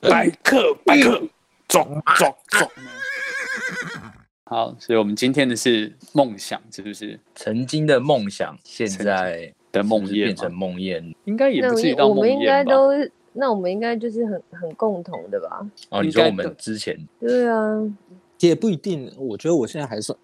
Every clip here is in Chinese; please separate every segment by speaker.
Speaker 1: 百克百克，总总总。
Speaker 2: 好，所以我们今天的是梦想，是不是
Speaker 3: 曾经的梦想，现
Speaker 2: 曾经
Speaker 3: 在
Speaker 2: 的梦
Speaker 3: 是
Speaker 2: 魇
Speaker 3: 变
Speaker 2: 吗
Speaker 3: 成梦魇
Speaker 2: 应该也
Speaker 4: 那
Speaker 2: 不
Speaker 4: 我
Speaker 2: 至于
Speaker 4: 应
Speaker 2: 到
Speaker 4: 我
Speaker 2: 梦
Speaker 4: 们应该
Speaker 2: 魇吧？
Speaker 4: 都，那我们应该就是很很共同的吧？
Speaker 3: 哦。你
Speaker 2: 应
Speaker 3: 说
Speaker 2: 该
Speaker 3: 我们
Speaker 2: 都
Speaker 3: 之前
Speaker 4: 对啊，
Speaker 1: 也不一定，我觉得我现在还算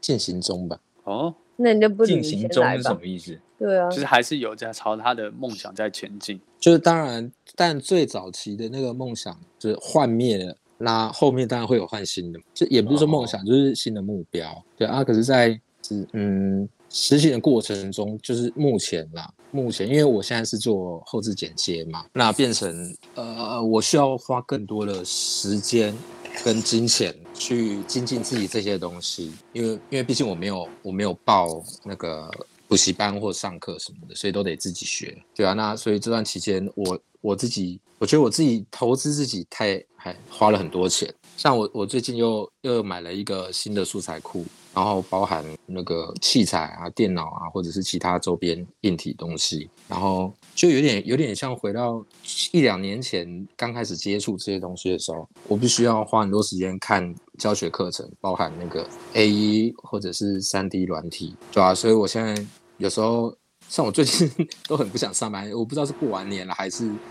Speaker 1: 进行中吧。
Speaker 2: 哦，
Speaker 4: 那你就不
Speaker 3: 进
Speaker 4: 领
Speaker 3: 行
Speaker 4: 先
Speaker 3: 中
Speaker 4: 来
Speaker 3: 是什
Speaker 4: 吧？
Speaker 3: 么意思？
Speaker 4: 对啊
Speaker 2: 就，是还是有在朝他的梦想在前进。
Speaker 1: 就是当然，但最早期的那个梦想就是幻灭了，那后面当然会有换新的，就也不是说梦想，就是新的目标。对啊，可是在是嗯实行的过程中，就是目前啦，目前因为我现在是做后置剪接嘛，那变成呃我需要花更多的时间跟金钱去精进自己这些东西，因为因为毕竟我没有我没有报那个补习班或上课什么的，所以都得自己学，对啊，那所以这段期间我我自己，我觉得我自己投资自己太还花了很多钱，像我我最近又又买了一个新的素材库，然后包含那个器材啊、电脑啊，或者是其他周边硬体东西，然后就有点有点像回到一两年前刚开始接触这些东西的时候，我必须要花很多时间看教学课程，包含那个 A E 或者是三 D 软体，对啊，所以我现在有时候像我最近都很不想上班，我不知道是过完年了还是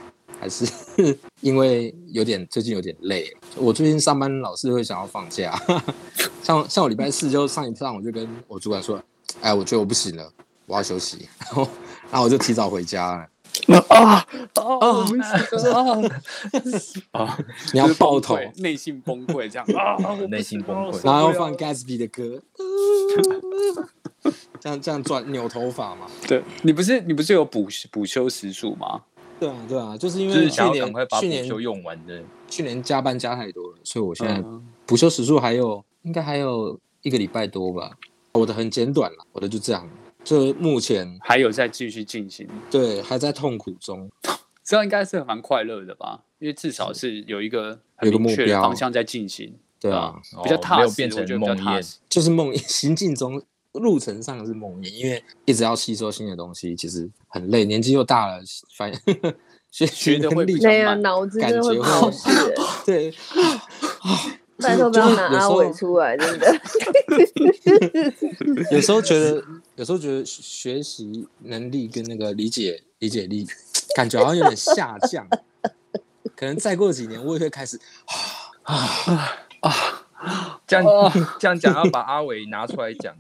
Speaker 1: 还是因为有点最近有点累。我最近上班老是会想要放假，像像我礼拜四就上一上我就跟我主管说，哎，我觉得我不行了，我要休息，然后然后我就提早回家了。
Speaker 2: 啊
Speaker 1: 哦
Speaker 2: 啊！
Speaker 1: 你要爆头，
Speaker 2: 就是崩溃内心崩溃这样
Speaker 4: 哦
Speaker 2: 啊！
Speaker 3: 内心崩溃啊
Speaker 1: 然后要放 Gatsby 的歌，这样这样转扭头发嘛？
Speaker 2: 对你不是你不是有补补休时数吗？
Speaker 1: 对啊对啊，就是因
Speaker 3: 就
Speaker 1: 为
Speaker 3: 是
Speaker 1: 去
Speaker 3: 想要赶
Speaker 1: 年
Speaker 3: 快把
Speaker 1: 去
Speaker 3: 补休
Speaker 1: 年
Speaker 3: 用完的。
Speaker 1: 去年加班加太多了，所以我现在
Speaker 2: 嗯，
Speaker 1: 补休时数还有应该还有一个礼拜多吧。我的很简短了，我的就这样。就目前
Speaker 2: 还有在继续进行，
Speaker 1: 对还在痛苦中，
Speaker 2: 这样应该是蛮快乐的吧？因为至少是有一个很
Speaker 1: 有个
Speaker 2: 明
Speaker 1: 目
Speaker 2: 确的
Speaker 1: 标
Speaker 2: 方向在进行，
Speaker 1: 对啊，
Speaker 2: 吧比较
Speaker 3: 哦
Speaker 2: 踏实，
Speaker 3: 没有变成
Speaker 2: 我觉得比较
Speaker 3: 梦魇
Speaker 2: 踏实。
Speaker 1: 就是梦魇 行进中路程上是梦魇，因为一直要吸收新的东西，其实很累，年纪又大了，反学
Speaker 2: 学得会
Speaker 1: 能力
Speaker 2: 比较
Speaker 4: 没有
Speaker 2: 慢
Speaker 4: 脑子
Speaker 1: 感
Speaker 4: 真的会
Speaker 1: 觉
Speaker 4: 跑
Speaker 1: 会
Speaker 4: 去 欸，
Speaker 1: 对，
Speaker 4: 拜托不要拿阿伟
Speaker 1: 有时
Speaker 4: 出来，真的。
Speaker 1: 有时候觉得，有时候觉得学习能力跟那个理解理解力，感觉好像有点下降。可能再过几年，我也会开始
Speaker 3: 这样
Speaker 2: 哦
Speaker 3: 这样讲要把阿伟拿出来讲，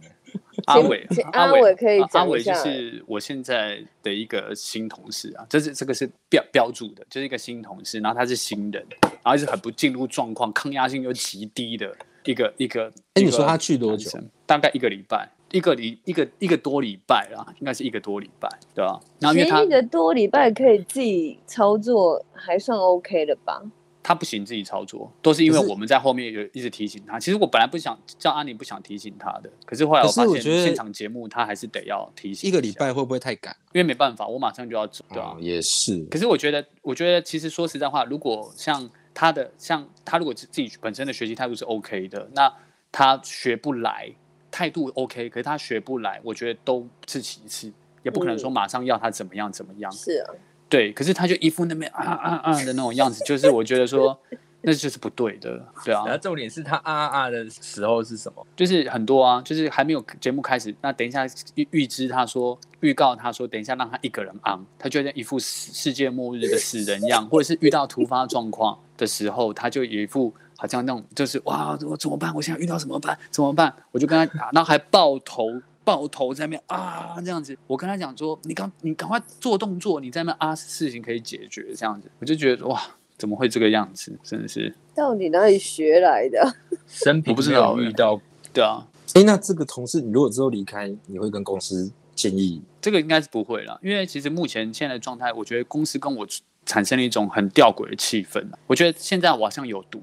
Speaker 2: 阿伟
Speaker 4: 请，
Speaker 2: 阿
Speaker 4: 阿
Speaker 2: 伟
Speaker 4: 伟可以
Speaker 2: 啊阿
Speaker 4: 讲一
Speaker 2: 伟就
Speaker 4: 下
Speaker 2: 是我现在的一个新同事啊，这是这个是标标注的，就是一个新同事，然后他是新人，然后是很不进入状况，抗压性又极低的一个一个。
Speaker 1: 哎你
Speaker 2: 一个
Speaker 1: 说他去多久
Speaker 2: 男生？大概一个礼拜，一个礼一个一个多礼拜啦，应该是一个多礼拜，对吧？然后因为他
Speaker 4: 前一个多礼拜可以自己操作，还算 OK 的吧？
Speaker 2: 他不行自己操作，都是因为
Speaker 1: 可是
Speaker 2: 我们在后面有一直提醒他。其实我本来不想叫阿宁不想提醒他的，可是后来
Speaker 1: 可
Speaker 2: 我
Speaker 1: 是
Speaker 2: 发
Speaker 1: 我
Speaker 2: 现
Speaker 1: 觉得
Speaker 2: 现场节目他还是得要提醒
Speaker 1: 一个
Speaker 2: 下
Speaker 1: 礼，拜，会不会太赶？
Speaker 2: 因为没办法，我马上就要走，对啊吧、
Speaker 1: 哦也是。
Speaker 2: 可是我觉得，我觉得其实说实在话，如果像他的，像他如果自己本身的学习态度是 OK 的，那他学不来，态度 OK，可是他学不来，我觉得都是其次，也不可能说马上要他怎么样怎么样。
Speaker 4: 是啊，
Speaker 2: 对，可是他就一副那边啊啊啊的那种样子，就是我觉得说 那就是不对的，对啊
Speaker 3: 然后，重点是他啊啊啊的时候是什么？
Speaker 2: 就是很多啊，就是还没有节目开始，那等一下预预知他说预告他说等一下让他一个人昂，他就在一副世世界末日的死人样，或者是遇到突发状况的时候，他就有一副好像那种就是哇我怎么办？我现在遇到怎么办？怎么办？我就跟他打，然后还抱头抱头在那边啊这样子，我跟他讲说你赶你赶快做动作，你在那边啊事情可以解决这样子，我就觉得哇怎么会这个样子？真的是
Speaker 4: 到底哪里学来的？
Speaker 3: 生平
Speaker 2: 我不知
Speaker 3: 没
Speaker 2: 道
Speaker 3: 有
Speaker 2: 欸
Speaker 3: 遇到
Speaker 2: 对啊，
Speaker 1: 哎，那这个同事，你如果之后离开，你会跟公司建议？
Speaker 2: 这个应该是不会了，因为其实目前现在的状态，我觉得公司跟我产生了一种很吊诡的气氛啊。我觉得现在我好像有毒，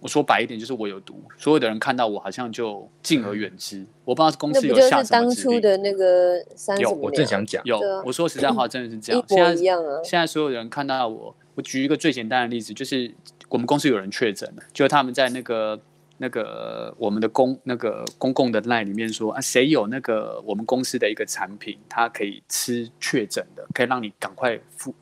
Speaker 2: 我说白一点就是我有毒，所有的人看到我好像就敬而远之。我不知道公
Speaker 4: 那
Speaker 2: 司
Speaker 4: 不
Speaker 2: 有
Speaker 4: 就
Speaker 2: 下
Speaker 4: 是
Speaker 2: 什
Speaker 4: 当
Speaker 2: 么指
Speaker 4: 初
Speaker 2: 令。
Speaker 4: 的那个三
Speaker 2: 有
Speaker 4: 什么
Speaker 3: 我
Speaker 4: 鸟
Speaker 3: 正想讲，
Speaker 2: 有
Speaker 4: 对啊，
Speaker 2: 我说实在话，真的是这
Speaker 4: 一
Speaker 2: 样。现
Speaker 4: 模
Speaker 2: 在
Speaker 4: 一样啊，
Speaker 2: 现在所有人看到我，我举一个最简单的例子，就是我们公司有人确诊了，就他们在那个那个我们的公那个公共的 line 里面说啊，谁有那个我们公司的一个产品，它可以吃确诊的，可以让你赶快复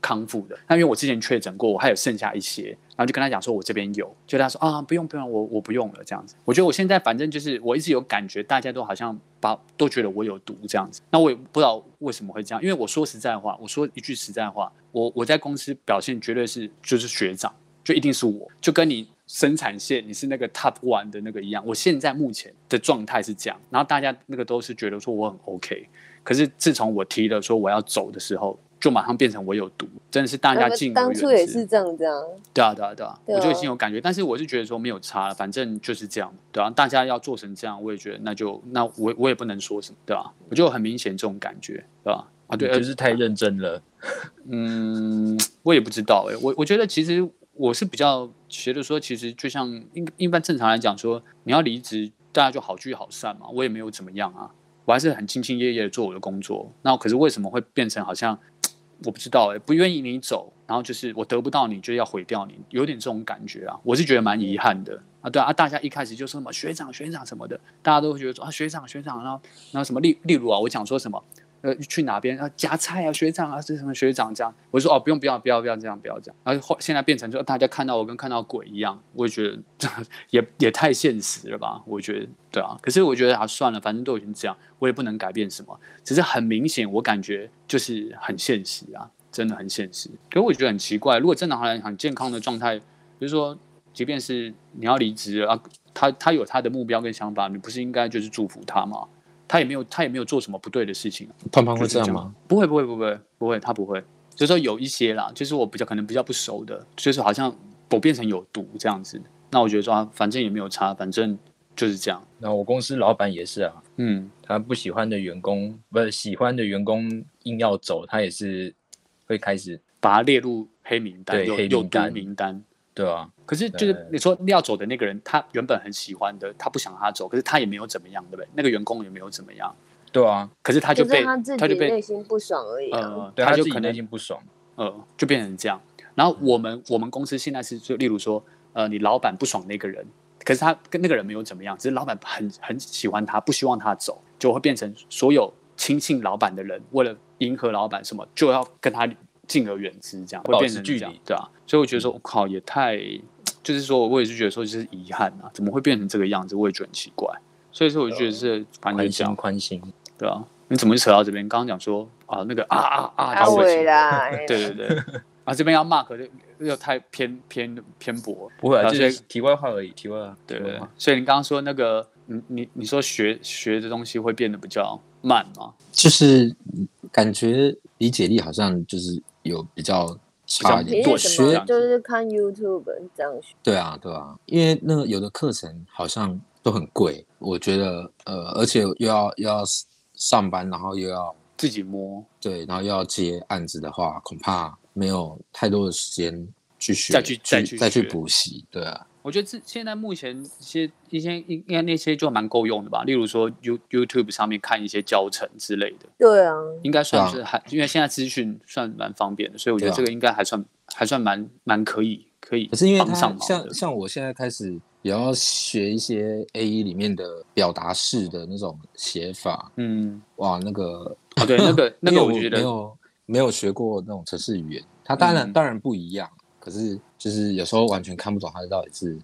Speaker 2: 康复的。那因为我之前确诊过，我还有剩下一些，然后就跟他讲说我这边有，就他说啊不用不用，我我不用了这样子。我觉得我现在反正就是我一直有感觉，大家都好像把都觉得我有毒这样子。那我也不知道为什么会这样，因为我说实在话，我说一句实在话，我我在公司表现绝对是就是学长，就一定是我，就跟你生产线你是那个 top one 的那个一样。我现在目前的状态是这样，然后大家那个都是觉得说我很 OK，可是自从我提了说我要走的时候，就马上变成我有毒，真的是大家
Speaker 4: 那
Speaker 2: 敬而
Speaker 4: 么当
Speaker 2: 远
Speaker 4: 初也
Speaker 2: 之
Speaker 4: 是这样子啊，
Speaker 2: 对啊，对啊，对啊，
Speaker 4: 对
Speaker 2: 我就已
Speaker 4: 啊
Speaker 2: 经有感觉，但是我是觉得说没有差了，反正就是这样，对啊，大家要做成这样，我也觉得那就那我我也不能说什么，对吧、我就很明显这种感觉，对吧、啊？对，
Speaker 3: 就是太认真了。
Speaker 2: 嗯，我也不知道哎、我我觉得其实我是比较觉得说，其实就像一一般正常来讲说，你要离职，大家就好聚好散嘛，我也没有怎么样啊，我还是很兢兢业业的做我的工作。那可是为什么会变成好像我不知道哎、不愿意你走，然后就是我得不到你就要毁掉你，有点这种感觉啊，我是觉得蛮遗憾的。啊，对啊，啊大家一开始就说什么学长学长什么的，大家都会觉得说啊学长学长，然后然后什么例例如啊，我讲说什么呃，去哪边啊夹菜啊，学长啊，这什么学长这样，我就说哦，不用不要不要不要这样不要这样，然后后现在变成说大家看到我跟看到鬼一样，我也觉得也也太现实了吧，我觉得对啊，可是我觉得啊算了，反正都已经这样，我也不能改变什么，只是很明显我感觉就是很现实啊，真的很现实，可是我觉得很奇怪，如果真的好像很健康的状态，就是说即便是你要离职了啊，他他有他的目标跟想法，你不是应该就是祝福他吗？他也没有，他也没有做什么不对的事情啊
Speaker 1: 胖胖会
Speaker 2: 就是
Speaker 1: 这样
Speaker 2: 样
Speaker 1: 吗？？
Speaker 2: 不会，不会，不会，不会，他不会。就是说有一些啦，就是我比较可能比较不熟的，就是好像我变成有毒这样子。那我觉得说、啊，反正也没有差，反正就是这样。
Speaker 3: 那我公司老板也是啊，
Speaker 2: 嗯，
Speaker 3: 他不喜欢的员工，不是喜欢的员工硬要走，他也是会开始
Speaker 2: 把它列入黑名单，
Speaker 3: 对
Speaker 2: 有
Speaker 3: 黑
Speaker 2: 有
Speaker 3: 名
Speaker 2: 毒
Speaker 3: 单
Speaker 2: 名单。
Speaker 3: 对啊，
Speaker 2: 可是就是
Speaker 3: 对
Speaker 2: 你说要走的那个人，他原本很喜欢的，他不想他走，可是他也没有怎么样，对不对？那个员工也没有怎么样，
Speaker 3: 对啊，
Speaker 2: 可是他就
Speaker 4: 就
Speaker 2: 被
Speaker 4: 是他自
Speaker 2: 就
Speaker 4: 己
Speaker 2: 被
Speaker 4: 内心不爽而已啊。
Speaker 2: 呃，
Speaker 3: 对他
Speaker 2: 就
Speaker 3: 自己
Speaker 2: 可能
Speaker 3: 内心不爽，
Speaker 2: 呃，就变成这样。然后我们我们公司现在是就例如说，呃，你老板不爽那个人，可是他跟那个人没有怎么样，只是老板很很喜欢他，不希望他走，就会变成所有亲近老板的人，为了迎合老板什么，就要跟他敬而远之，这样会
Speaker 3: 保持
Speaker 2: 变成
Speaker 3: 距
Speaker 2: 这样
Speaker 3: 离，
Speaker 2: 对啊。所以我觉得说，我靠，也太，就是说，我也是觉得说，就是遗憾啊，怎么会变成这个样子，我也觉得很奇怪。所以说，我就觉
Speaker 3: 呃
Speaker 2: 得是反正
Speaker 3: 宽
Speaker 2: 就这
Speaker 3: 心
Speaker 2: 样，
Speaker 3: 宽心，
Speaker 2: 对啊。你怎么就扯到这边？刚刚讲说啊，那个啊啊啊，
Speaker 4: 阿
Speaker 2: 的事情
Speaker 4: 伟啦，
Speaker 2: 对对对，啊，这边要 mark 就又太偏偏偏颇，
Speaker 3: 不会啊，
Speaker 2: 然后
Speaker 3: 就
Speaker 2: 所以
Speaker 3: 是题外话而已，题外话，
Speaker 2: 对
Speaker 3: 题外
Speaker 2: 对对
Speaker 3: 话，
Speaker 2: 所以你刚刚说那个，你你你说学学的东西会变得比较慢吗？
Speaker 1: 就是感觉理解力好像就是有比较差一
Speaker 2: 比较
Speaker 4: 凭
Speaker 1: 点，
Speaker 2: 多
Speaker 1: 对
Speaker 4: 什么
Speaker 1: 学
Speaker 2: 学
Speaker 4: 就是看 YouTube 这样学？
Speaker 1: 对啊对啊，因为那个有的课程好像都很贵，我觉得呃，而且又要又要上班，然后又要
Speaker 2: 自己摸
Speaker 1: 对，然后又要接案子的话，恐怕没有太多的时间去学，
Speaker 2: 再去再去
Speaker 1: 再去
Speaker 2: 学
Speaker 1: 补习，对啊，
Speaker 2: 我觉得这现在目前一些一些应该那些就蛮够用的吧，例如说 You YouTube 上面看一些教程之类的，
Speaker 4: 对啊，
Speaker 2: 应该算
Speaker 1: 对
Speaker 2: 是还、因为现在资讯算蛮方便的，所以我觉得
Speaker 1: 对啊
Speaker 2: 这个应该还算、还算蛮蛮可以可以
Speaker 1: 可是因为
Speaker 2: 帮
Speaker 1: 他
Speaker 2: 上忙的
Speaker 1: 像。像我现在开始也要学一些 A E 里面的表达式的那种写法，
Speaker 2: 嗯，
Speaker 1: 哇，那个
Speaker 2: 哦对，那个那
Speaker 1: 因
Speaker 2: 个
Speaker 1: 为
Speaker 2: 我觉
Speaker 1: 没
Speaker 2: 得
Speaker 1: 有没有学过那种城市语言，它当然、
Speaker 2: 嗯
Speaker 1: 当然不一样，可是就是有时候完全看不懂它到底是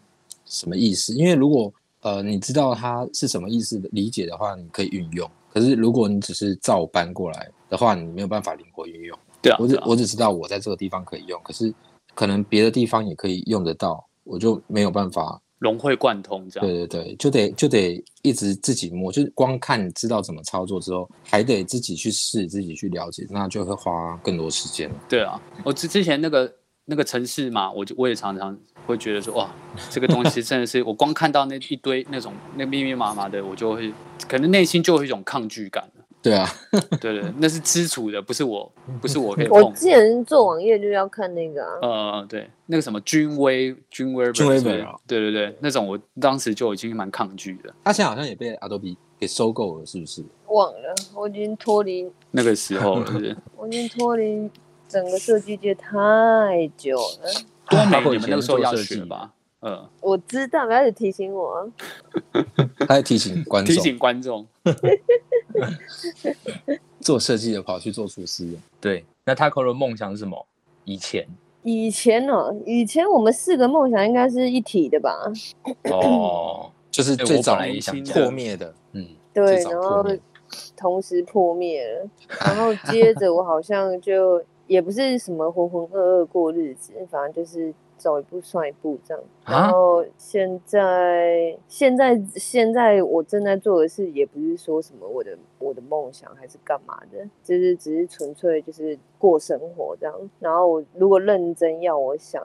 Speaker 1: 什么意思。因为如果呃你知道它是什么意思的理解的话，你可以运用。可是如果你只是照搬过来的话，你没有办法灵活运用。
Speaker 2: 对啊，
Speaker 1: 我
Speaker 2: 对
Speaker 1: 只
Speaker 2: 啊
Speaker 1: 我只知道我在这个地方可以用，可是可能别的地方也可以用得到，我就没有办法。
Speaker 2: 融会贯通这样。
Speaker 1: 对对对，就得就得一直自己摸，就是光看知道怎么操作之后，还得自己去试，自己去了解，那就会花更多时间。
Speaker 2: 对啊，我之之前那个那个城市嘛，我就我也常常会觉得说，哇，这个东西真的 是我光看到那一堆那种那密密麻麻的，我就会可能内心就有一种抗拒感了。
Speaker 1: 对啊，
Speaker 2: 对对，那是基础的，不是我，不是我可以
Speaker 4: 我
Speaker 2: 碰。
Speaker 4: 之前做网页就要看那个啊，
Speaker 2: 呃，对，那个什么君威君威
Speaker 1: 君威
Speaker 2: 是不是
Speaker 1: 本啊
Speaker 2: 对对对，那种我当时就已经蛮抗拒的。
Speaker 1: 他现在好像也被 Adobe 给收购了，是不是？
Speaker 4: 忘了，我已经脱离，
Speaker 2: 那个时 候是不是
Speaker 4: 我已经脱离整个设计界太久了。
Speaker 2: 多美
Speaker 3: 包括
Speaker 2: 你们
Speaker 3: 以前
Speaker 2: 那个时候
Speaker 3: 做
Speaker 2: 要
Speaker 3: 设
Speaker 2: 学
Speaker 3: 计
Speaker 2: 吧？呃，
Speaker 4: 我知道，不要一直提醒我啊。
Speaker 1: 他在提 醒观
Speaker 2: 提
Speaker 1: 众，
Speaker 2: 醒观众，
Speaker 1: 做设计的跑去做厨师了，
Speaker 3: 对。那 Taco 的梦想是什么？以前
Speaker 4: 以前哦，以前我们四个梦想应该是一体的吧？
Speaker 3: 哦，
Speaker 1: 就是
Speaker 3: 对
Speaker 1: 最
Speaker 3: 我
Speaker 1: 早
Speaker 3: 本来也想
Speaker 2: 讲
Speaker 1: 破灭的，
Speaker 3: 嗯，
Speaker 4: 对
Speaker 1: 最，早
Speaker 4: 然
Speaker 1: 破
Speaker 4: 后
Speaker 1: 灭
Speaker 4: 同时破灭了，然后接着我好像就也不是什么浑浑噩噩过日子，反正就是走一步算一步这样。
Speaker 3: 啊
Speaker 4: 然后现在现在现在我正在做的事，也不是说什么我的我的梦想还是干嘛的，就是只是纯粹就是过生活这样。然后我如果认真要我想，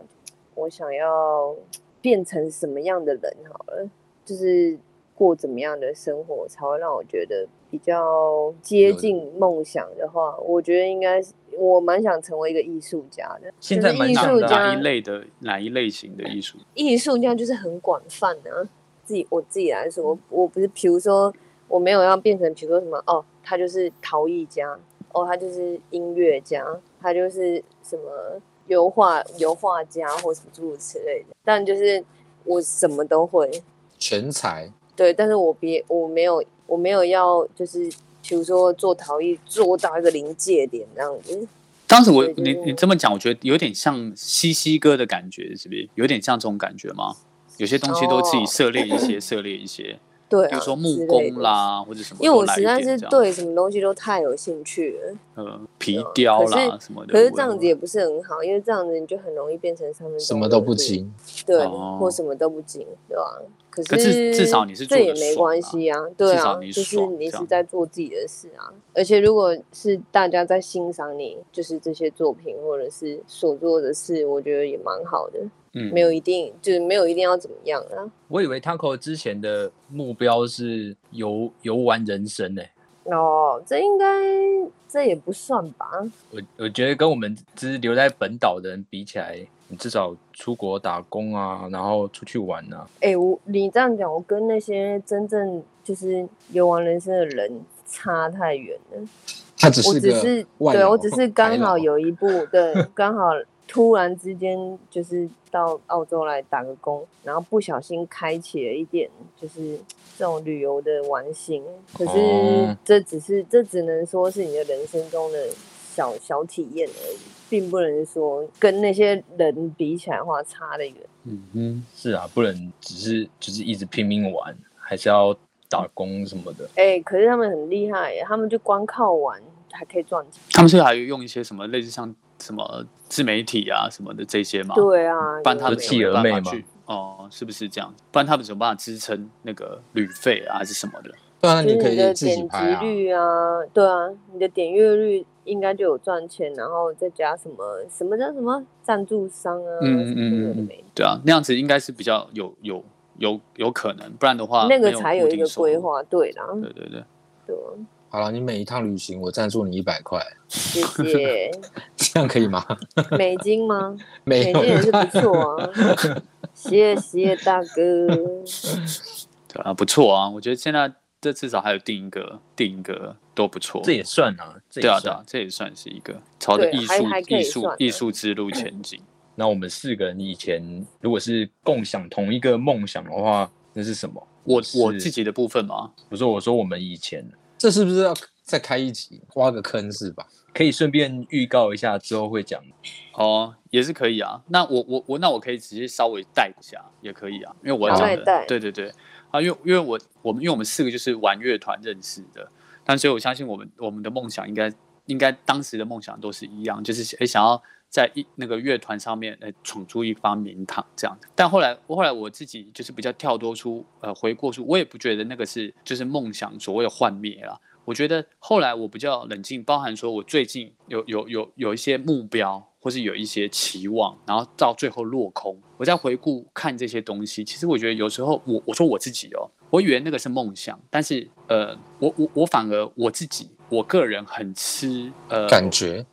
Speaker 4: 我想要变成什么样的人好了。就是过怎么样的生活才会让我觉得比较接近梦想的话，我觉得应该是我蛮想成为一个艺术家的。
Speaker 3: 现在
Speaker 4: 就是
Speaker 3: 蛮
Speaker 4: 艺
Speaker 2: 哪
Speaker 3: 想
Speaker 4: 术
Speaker 3: 的啊
Speaker 2: 哪
Speaker 4: 家
Speaker 2: 一，类的哪一类型的艺术？
Speaker 4: 艺术家就是很广泛的、啊。自己我自己来
Speaker 2: 嗯
Speaker 4: 说，我不是，比如说我没有要变成，比如说什么哦，他就是陶艺家，哦，他就是音乐家，他就是什么油画油画家或什么诸如此类的。但就是我什么都会，
Speaker 1: 全才，
Speaker 4: 对，但是我别我没有我没有要就是，比如说做陶艺做到一个临界点那样子，
Speaker 2: 当时我
Speaker 4: 对就
Speaker 2: 你
Speaker 4: 是
Speaker 2: 你这么讲，我觉得有点像西西哥的感觉，是不是？有点像这种感觉吗？有些东西都自己
Speaker 4: 哦
Speaker 2: 涉猎一些，涉猎一些，
Speaker 4: 对、啊，
Speaker 2: 比如说
Speaker 4: 之
Speaker 2: 木
Speaker 4: 类
Speaker 2: 工
Speaker 4: 的。
Speaker 2: 啦，或者什么
Speaker 4: 因为
Speaker 2: 都
Speaker 4: 我
Speaker 2: 来一
Speaker 4: 实
Speaker 2: 点这样。
Speaker 4: 在是对什么东西都太有兴趣了，
Speaker 2: 呃皮雕啦
Speaker 4: 可
Speaker 2: 什么的。
Speaker 4: 可是这样子也
Speaker 2: 我
Speaker 4: 不是很好，因为这样子你就很容易变成上面
Speaker 1: 什么都不，精，
Speaker 4: 对，
Speaker 2: 哦
Speaker 4: 或什么都不精，对吧、可
Speaker 2: 可至至少你是做
Speaker 4: 这
Speaker 2: 得
Speaker 4: 也没关系啊，对
Speaker 2: 至
Speaker 4: 啊
Speaker 2: 少你，
Speaker 4: 就是
Speaker 2: 爽
Speaker 4: 你
Speaker 2: 这
Speaker 4: 是
Speaker 2: 样
Speaker 4: 在做自己的事啊。而且如果是大家在欣赏你，就是这些作品或者是所做的事，我觉得也蛮好的。
Speaker 2: 嗯
Speaker 4: 没有一定，就是没有一定要怎么样啊。
Speaker 3: 我以为 Taco 之前的目标是游游玩人生呢、欸
Speaker 4: 哦，这应该这也不算吧？
Speaker 3: 我我觉得跟我们只是留在本岛的人比起来，你至少出国打工啊，然后出去玩啊，
Speaker 4: 哎、我你这样讲，我跟那些真正就是游玩人生的人差太远了。
Speaker 1: 他只
Speaker 4: 我
Speaker 1: 是
Speaker 4: 只
Speaker 1: 个
Speaker 4: 是
Speaker 1: 外
Speaker 4: 对
Speaker 1: 劳
Speaker 4: 我只是刚好
Speaker 1: 台劳
Speaker 4: 有一 部对，刚好突然之间就是到澳洲来打个工，然后不小心开启了一点就是这种旅游的玩心。可
Speaker 3: 哦
Speaker 4: 是这只是这只能说是你的人生中的小小体验而已，并不能说跟那些人比起来的话差得远。
Speaker 2: 嗯嗯，
Speaker 3: 是啊，不能只是就是一直拼命玩，还是要打工什么的。
Speaker 4: 哎、可是他们很厉害耶，他们就光靠玩还可以赚钱。
Speaker 2: 他们是不是还有用一些什么类似像什么自媒体啊什么的这些嘛？，
Speaker 4: 对啊，
Speaker 2: 不然他
Speaker 4: 有
Speaker 2: 们
Speaker 3: 就
Speaker 4: 没
Speaker 3: 是
Speaker 4: 有
Speaker 2: 有没有办
Speaker 3: 企
Speaker 2: 法
Speaker 3: 鹅妹嘛
Speaker 2: 去哦，是不是这样？不然他们怎么办法支撑那个旅费啊还是什么的？
Speaker 1: 对啊，
Speaker 4: 就是
Speaker 1: 可
Speaker 4: 你的
Speaker 1: 以自己
Speaker 4: 点击
Speaker 1: 拍啊，
Speaker 4: 率啊，对啊，你的点阅率应该就有赚钱，然后再加什么什么叫什么赞助商啊，
Speaker 2: 嗯
Speaker 4: 什
Speaker 2: 嗯
Speaker 4: 么有
Speaker 2: 嗯
Speaker 4: 的
Speaker 2: 嗯
Speaker 4: 没的，
Speaker 2: 对啊，那样子应该是比较有有有有可能，不然的话
Speaker 4: 那个
Speaker 2: 嗯没
Speaker 4: 才
Speaker 2: 固
Speaker 4: 有一
Speaker 2: 定
Speaker 4: 个
Speaker 2: 收入
Speaker 4: 规。划，对啦，
Speaker 2: 对对对，
Speaker 4: 对，啊
Speaker 1: 好了，你每一趟旅行我赞助你一百块，
Speaker 4: 谢 谢
Speaker 1: 这样可以吗？
Speaker 4: 美金吗？美
Speaker 1: 没有
Speaker 4: 金，也是不错 啊，谢谢大哥，
Speaker 2: 对啊，不错啊，我觉得现在这至少还有定一个定一个都不错。
Speaker 3: 这也算啊，这也
Speaker 2: 对啊，对
Speaker 3: 算。
Speaker 2: 啊，这也算是一个朝着
Speaker 4: 对
Speaker 2: 艺
Speaker 4: 还
Speaker 2: 术
Speaker 4: 还可以
Speaker 2: 艺术
Speaker 4: 算
Speaker 2: 艺
Speaker 4: 啊
Speaker 2: 术之路前进。
Speaker 3: 那我们四个人以前如果是共享同一个梦想的话，那是什么？
Speaker 2: 我
Speaker 3: 是
Speaker 2: 我自己的部分嘛，
Speaker 3: 不是我说我们以前
Speaker 1: 这是不是要再开一集，挖个坑是吧？
Speaker 3: 可以顺便预告一下，之后会讲。
Speaker 2: 哦，也是可以啊。那我我我那我可以直接稍微带一下，也可以啊，因为我要
Speaker 3: 好
Speaker 2: 讲
Speaker 4: 那
Speaker 2: 的
Speaker 4: 你带
Speaker 2: 对对对啊，因为因为我我们因为我们四个就是玩乐团认识的，但所以我相信我们我们的梦想应该应该当时的梦想都是一样，就是诶想要在一那个乐团上面呃闯出一番名堂这样。但后来后来我自己就是比较跳脱出呃回过出，我也不觉得那个是就是梦想所谓的幻灭啊啦。我觉得后来我比较冷静，包含说我最近有有有有一些目标，或是有一些期望，然后到最后落空。我在回顾看这些东西，其实我觉得有时候我我说我自己哦，我以为那个是梦想，但是呃，我我我反而我自己我个人很吃呃
Speaker 1: 感觉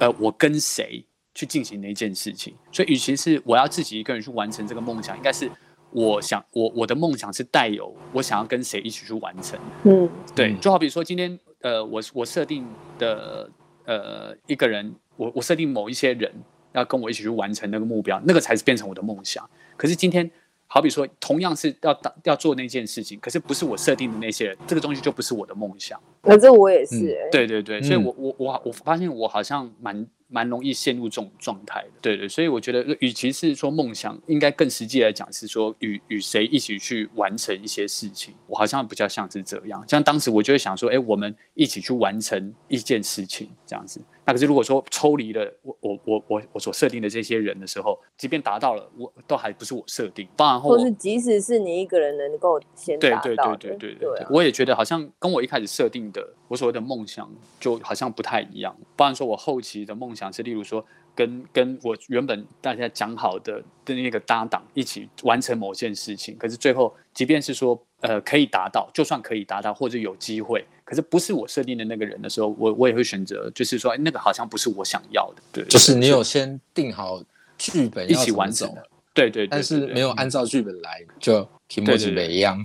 Speaker 2: 呃，我跟谁去进行的一件事情。所以，与其是我要自己一个人去完成这个梦想，应该是我想我我的梦想是带有我想要跟谁一起去完成。
Speaker 4: 嗯，
Speaker 2: 对，
Speaker 1: 嗯
Speaker 2: 就好比说今天呃，我我设定的呃一个人，我我设定某一些人要跟我一起去完成那个目标，那个才是变成我的梦想。可是今天。好比说，同样是要当要做那件事情，可是不是我设定的那些人，这个东西就不是我的梦想。嗯
Speaker 4: 那这我也是、欸，
Speaker 2: 对对对，所以
Speaker 3: 嗯
Speaker 2: 我我我我发现我好像蛮蛮容易陷入这种状态的。对对，所以我觉得，与其是说梦想，应该更实际来讲是说与与谁一起去完成一些事情。我好像比较像是这样，像当时我就会想说，哎，我们一起去完成一件事情这样子。那可是如果说抽离了我我我我我所设定的这些人的时候，即便达到了，我都还不是我设定。当然后
Speaker 4: 或
Speaker 2: 我
Speaker 4: 是即使是你一个人能够先
Speaker 2: 对
Speaker 4: 达
Speaker 2: 对
Speaker 4: 到
Speaker 2: 对
Speaker 4: 的，
Speaker 2: 对对
Speaker 4: 对
Speaker 2: 对
Speaker 4: 啊，
Speaker 2: 我也觉得好像跟我一开始设定的我所谓的梦想就好像不太一样。不然说我后期的梦想是，例如说跟跟我原本大家讲好的的那个搭档一起完成某件事情，可是最后即便是说呃可以达到，就算可以达到或者有机会，可是不是我设定的那个人的时候，我我也会选择就是说哎那个好像不是我想要的，对，
Speaker 1: 就是你有先定好剧本
Speaker 2: 一
Speaker 1: 要
Speaker 2: 起
Speaker 1: 怎么
Speaker 2: 完成
Speaker 1: 走，
Speaker 2: 的。对对对，
Speaker 1: 但是
Speaker 2: 对嗯
Speaker 1: 没有按照剧本来，就 k i m o
Speaker 2: 对
Speaker 1: j
Speaker 2: 对对
Speaker 1: 一样。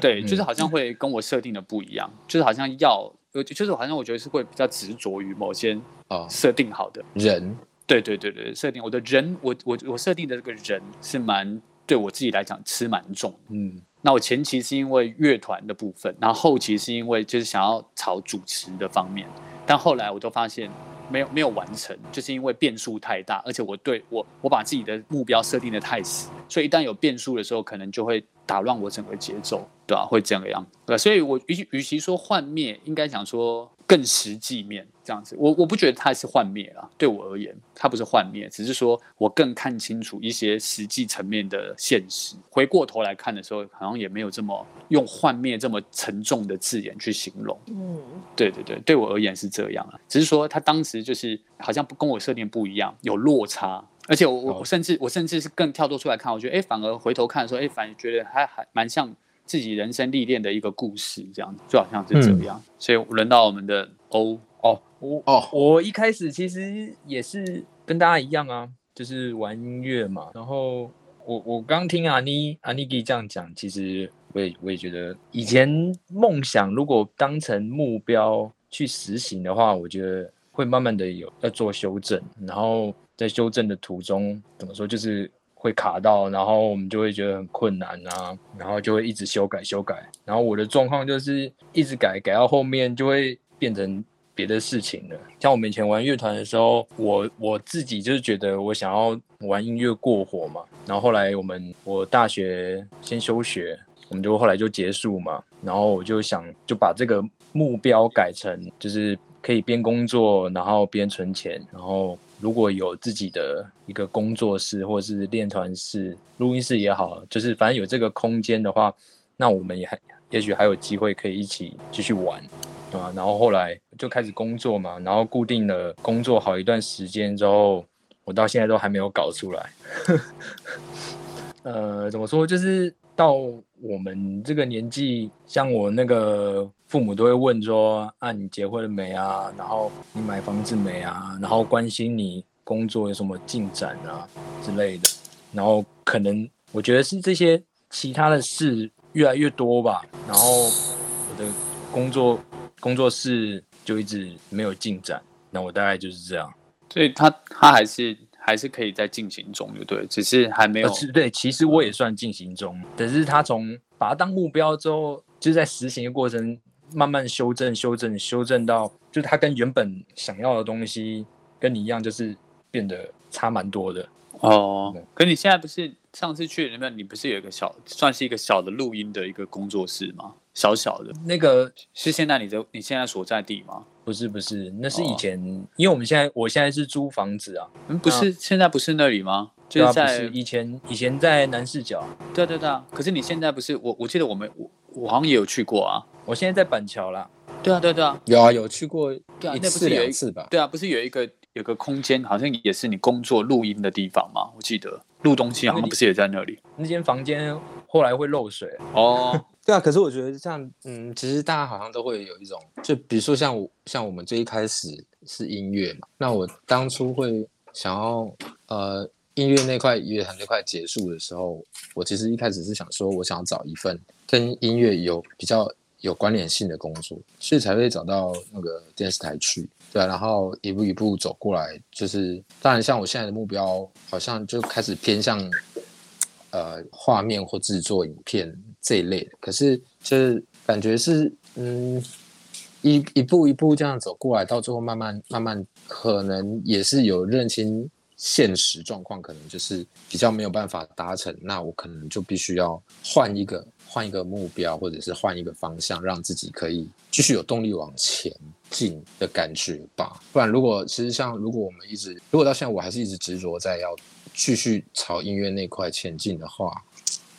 Speaker 2: 对，就是好像会跟我设定的不一样，就是好像要，呃，就是好像我觉得是会比较执着于某些
Speaker 1: 哦，
Speaker 2: 设定好的，
Speaker 1: 人
Speaker 2: 对对对对，设定我的人，我我我设定的这个人是蛮对我自己来讲吃蛮重的。
Speaker 3: 嗯，
Speaker 2: 那我前期是因为乐团的部分，然后后期是因为就是想要朝主持的方面，但后来我都发现没有没有完成，就是因为变数太大，而且我对我我把自己的目标设定的太死，所以一旦有变数的时候，可能就会打乱我整个节奏，对啊吧、会这个样，对吧、所以我与与其说幻灭，应该讲说更实际面这样子。我我不觉得它是幻灭啦，对我而言，它不是幻灭，只是说我更看清楚一些实际层面的现实。回过头来看的时候，好像也没有这么用幻灭这么沉重的字眼去形容。
Speaker 4: 嗯，
Speaker 2: 对对对，对我而言是这样啊，只是说他当时就是好像不跟我设定不一样，有落差。而且我我我
Speaker 1: 哦
Speaker 2: 甚至我甚至是更跳脱出来看，我觉得哎，诶反而回头看的时候，哎，反而觉得还还蛮像自己人生历练的一个故事，这样就好像是这样。所以轮到我们的欧，
Speaker 3: 嗯哦，我
Speaker 1: 哦
Speaker 3: 我一开始其实也是跟大家一样啊，就是玩音乐嘛。然后我我刚听阿妮阿妮给这样讲，其实我也我也觉得，以前梦想如果当成目标去实行的话，我觉得会慢慢的有要做修正，然后在修正的途中，怎么说就是。会卡到，然后我们就会觉得很困难啊，然后就会一直修改修改，然后我的状况就是一直改，改到后面就会变成别的事情了。像我们以前玩乐团的时候，我我自己就是觉得我想要玩音乐过火嘛。然后后来我们我大学先休学，我们就后来就结束嘛。然后我就想就把这个目标改成就是可以边工作，然后边存钱，然后。如果有自己的一个工作室或者是练团室、录音室也好，就是反正有这个空间的话，那我们也还也许还有机会可以一起继续玩。对啊，然后后来就开始工作嘛，然后固定了工作好一段时间之后，我到现在都还没有搞出来。 呃，怎么说？就是到我们这个年纪，像我那个父母都会问说：啊，你结婚了没啊？然后你买房子没啊？然后关心你工作有什么进展啊之类的。然后可能我觉得是这些其他的事越来越多吧，然后我的工作工作室就一直没有进展，那我大概就是这样。
Speaker 2: 所以他他还是还是可以在进行中，就对，只是还没有
Speaker 3: 呃，是对，其实我也算进行中，只是他从把它当目标之后，就是在实行的过程慢慢修正、修正、修正到，就是他跟原本想要的东西跟你一样，就是变得差蛮多的。
Speaker 2: 哦
Speaker 3: 对。
Speaker 2: 可你现在不是上次去里面，你不是有一个小算是一个小的录音的一个工作室吗？小小的，
Speaker 3: 那个
Speaker 2: 是现在你的你现在所在地吗？
Speaker 3: 不是不是，那是
Speaker 2: 哦
Speaker 3: 以前，因为我们现在我现在是租房子啊，
Speaker 2: 嗯，不是，现在不是那里吗？就
Speaker 3: 对
Speaker 2: 是
Speaker 3: 啊，不
Speaker 2: 在
Speaker 3: 是以前以前在南市角，
Speaker 2: 对对对啊。可是你现在不是我，我记得我们我我好像也有去过啊。
Speaker 3: 我现在在板桥啦。
Speaker 2: 对啊对啊对啊
Speaker 1: 有啊，有去过
Speaker 2: 对啊
Speaker 1: 一
Speaker 2: 那不
Speaker 1: 次
Speaker 2: 是有一
Speaker 1: 两次吧？
Speaker 2: 对啊，不是有一个有个空间，好像也是你工作录音的地方吗？我记得录东西好像不是也在那里
Speaker 3: 那间房间后来会漏水，
Speaker 2: 哦。
Speaker 1: 对啊，可是我觉得像，嗯，其实大家好像都会有一种，就比如说像我，像我们最一开始是音乐嘛，那我当初会想要，呃，音乐那块乐团那块结束的时候，我其实一开始是想说，我想要找一份跟音乐有比较有关联性的工作，所以才会找到那个电视台去，对啊，然后一步一步走过来，就是当然像我现在的目标，好像就开始偏向呃画面或制作影片这一类的，可是就是感觉是嗯，一一步一步这样走过来，到最后慢慢慢慢，可能也是有认清现实状况，可能就是比较没有办法达成，那我可能就必须要换一个换一个目标，或者是换一个方向，让自己可以继续有动力往前进的感觉吧。不然，如果其实像如果我们一直，如果到现在我还是一直执着在要继续朝音乐那块前进的话，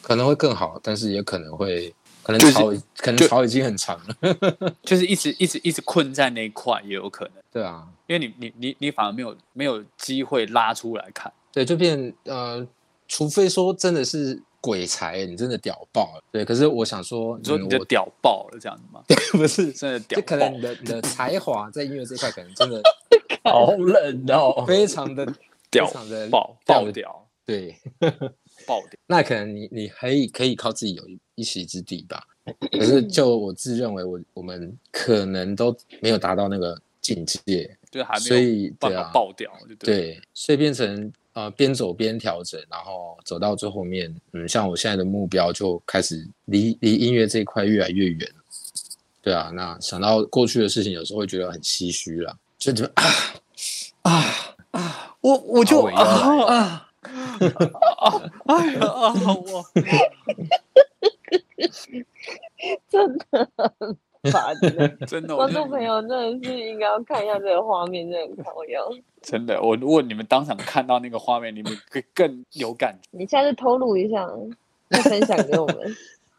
Speaker 1: 可能会更好，但是也可能会。可能
Speaker 2: 就是
Speaker 1: 朝、可能
Speaker 2: 就
Speaker 1: 朝已经很长了，
Speaker 2: 就是一直一直一直困在那一块也有可能，
Speaker 1: 对啊，
Speaker 2: 因为你你你你反而没有没有机会拉出来看。
Speaker 1: 对，就变呃，除非说真的是鬼才，你真的屌爆了，对。可是我想说，
Speaker 2: 你说
Speaker 1: 嗯
Speaker 2: 你就
Speaker 1: 我
Speaker 2: 屌爆了这样子吗？
Speaker 1: 不是，
Speaker 2: 真的屌
Speaker 1: 就可
Speaker 2: 爆
Speaker 1: 能你的你的才华在音乐这块可能真的
Speaker 3: 好冷哦。
Speaker 1: 非常的
Speaker 2: 屌
Speaker 1: 非常的
Speaker 2: 爆爆屌
Speaker 1: 对。
Speaker 2: 爆屌，
Speaker 1: 那可能你你可以可以靠自己有一一席之地 吧。可是就我自认为我我们可能都没有达到那个境界，
Speaker 2: 就是还
Speaker 1: 所
Speaker 2: 没有
Speaker 1: 以
Speaker 2: 办
Speaker 1: 对
Speaker 2: 法
Speaker 1: 啊，
Speaker 2: 爆掉，对不对？
Speaker 1: 对，所以变成呃边走边调整，然后走到最后面，嗯，像我现在的目标就开始离离音乐这一块越来越远。对啊，那想到过去的事情，有时候会觉得很唏嘘啦，就觉得啊 啊，
Speaker 2: 我我
Speaker 1: 就啊
Speaker 2: 啊 哎呀啊！我
Speaker 4: 真的很 烦欸。
Speaker 2: 真的，我
Speaker 4: 观众朋友真的是应该要看一下这个画面，真的很好笑。
Speaker 2: 真的，我如果你们当场看到那个画面，你们更更有感觉。
Speaker 4: 你下次偷录一下，再分享给我 们。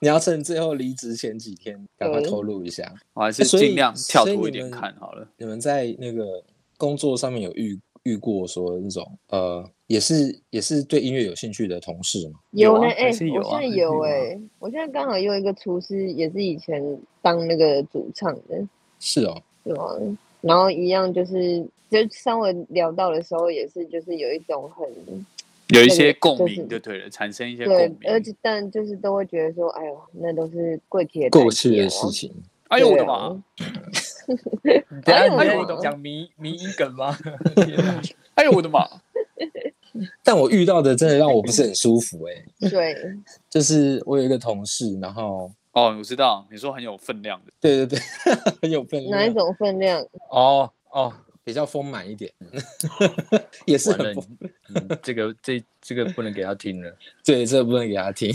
Speaker 1: 你要趁最后离职前几天，赶快
Speaker 2: 嗯
Speaker 4: 对
Speaker 1: 透露一下。
Speaker 2: 我还是
Speaker 1: 所以
Speaker 2: 尽量跳
Speaker 1: 所
Speaker 2: 脱
Speaker 1: 以
Speaker 2: 一点
Speaker 1: 你们
Speaker 2: 看好了。
Speaker 1: 你们在那个工作上面有遇遇过说那种呃，也是也是对音乐有兴趣的同事吗？
Speaker 2: 有
Speaker 4: 有呢，
Speaker 2: 啊
Speaker 4: 哎、
Speaker 2: 还是有啊
Speaker 4: 我现在
Speaker 2: 还是
Speaker 4: 有
Speaker 2: 有啊
Speaker 4: 哎、我现在刚好有一个厨师，也是以前当那个主唱的，
Speaker 1: 是哦，
Speaker 4: 对吧？然后一样就是，就稍微聊到的时候，也是就是有一种很
Speaker 2: 有一
Speaker 4: 那个
Speaker 2: 些共
Speaker 4: 就是
Speaker 2: 鸣就对了，产生一些
Speaker 4: 对
Speaker 2: 共，
Speaker 4: 而
Speaker 2: 鸣。
Speaker 4: 且但就是都会觉得说，哎呦，那都是跪铁
Speaker 1: 过去的
Speaker 4: 哦
Speaker 1: 事情，
Speaker 2: 哎呦我的
Speaker 4: 对啊
Speaker 2: 妈！
Speaker 3: 等
Speaker 4: 哎
Speaker 3: 一
Speaker 4: 呦
Speaker 3: 下你
Speaker 4: 我的妈
Speaker 3: 在讲迷迷音梗吗？天啊
Speaker 2: 哎呦我的妈！
Speaker 1: 但我遇到的真的让我不是很舒服 哎、
Speaker 4: 对，
Speaker 1: 就是我有一个同事，然后
Speaker 2: 哦，我知道，你说很有分量的，
Speaker 1: 对对对， 很有分
Speaker 4: 哪一
Speaker 1: 量，
Speaker 4: 种分量？
Speaker 3: 哦哦，
Speaker 1: 比较丰满一点，也是
Speaker 3: 完
Speaker 1: 很
Speaker 3: 了，
Speaker 1: 丰
Speaker 3: 你你这个这这个不能给他听了。
Speaker 1: 对，这个不能给他听。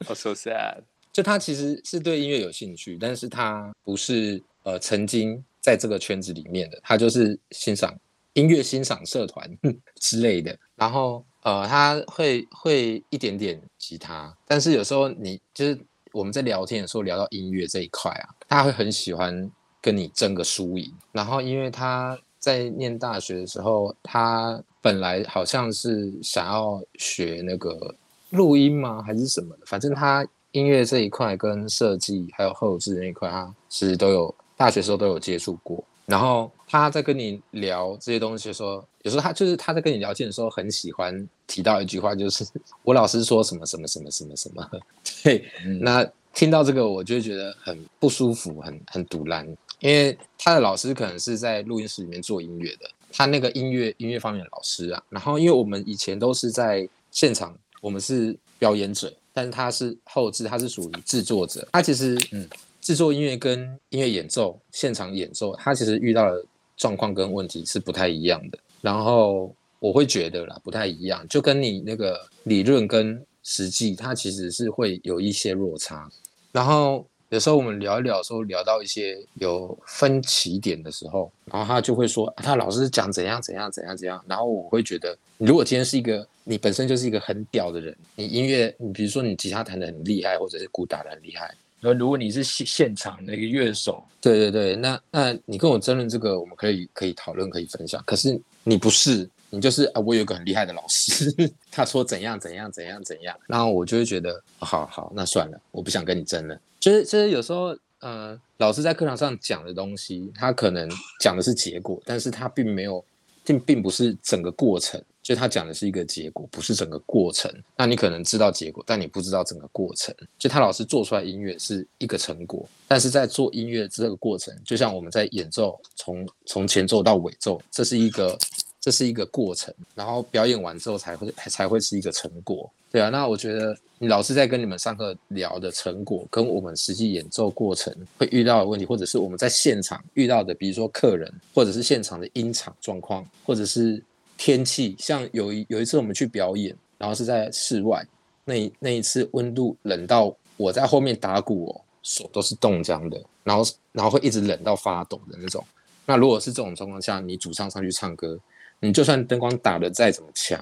Speaker 2: 哦 so sad。
Speaker 1: 就他其实是对音乐有兴趣，但是他不是呃曾经在这个圈子里面的，他就是欣赏音乐欣赏社团 之类的。然后呃，他会会一点点吉他，但是有时候你就是我们在聊天的时候聊到音乐这一块啊，他会很喜欢跟你争个输赢。然后因为他在念大学的时候，他本来好像是想要学那个录音吗？还是什么的？反正他音乐这一块跟设计还有后置那一块，他其实都有大学时候都有接触过。然后他在跟你聊这些东西的时候，有时候他就是他在跟你聊天的时候，很喜欢提到一句话，就是我老师说什么什么什么什么什么。 对，
Speaker 3: 嗯
Speaker 1: 那听到这个我就觉得很不舒服，很很堵然，因为他的老师可能是在录音室里面做音乐的，他那个音乐音乐方面的老师啊。然后因为我们以前都是在现场，我们是表演者，但是他是后置，他是属于制作者。他其实嗯
Speaker 3: 嗯，
Speaker 1: 制作音乐跟音乐演奏、现场演奏，他其实遇到的状况跟问题是不太一样的。然后我会觉得啦，不太一样，就跟你那个理论跟实际，它其实是会有一些落差。然后有时候我们聊一聊的时候，聊到一些有分歧点的时候，然后他就会说，啊他老是讲怎样怎样怎样怎样，然后我会觉得，如果今天是一个你本身就是一个很屌的人，你音乐，你比如说你吉他弹的很厉害，或者是鼓打的很厉害，
Speaker 3: 然后如果你是现现场的一个乐手，
Speaker 1: 对对对，那那你跟我争论这个，我们可以可以讨论，可以分享。可是你不是，你就是啊，我有一个很厉害的老师， 他说怎样怎样怎样怎样，然后我就会觉得，哦好好，那算了，我不想跟你争了。就是就是有时候，呃，老师在课堂上讲的东西，他可能讲的是结果，但是他并没有，并并不是整个过程。就他讲的是一个结果，不是整个过程。那你可能知道结果，但你不知道整个过程。就他老师做出来音乐是一个成果，但是在做音乐这个过程，就像我们在演奏，从从前奏到尾奏，这是一个这是一个过程，然后表演完之后才会才会是一个成果。对啊，那我觉得你老师在跟你们上课聊的成果，跟我们实际演奏过程会遇到的问题，或者是我们在现场遇到的，比如说客人，或者是现场的音场状况，或者是天气。像有一有一次我们去表演，然后是在室外，那那一次温度冷到我在后面打鼓、哦，手都是冻僵的，然后然后会一直冷到发抖的那种。那如果是这种状况下，你主唱上去唱歌，你就算灯光打得再怎么强，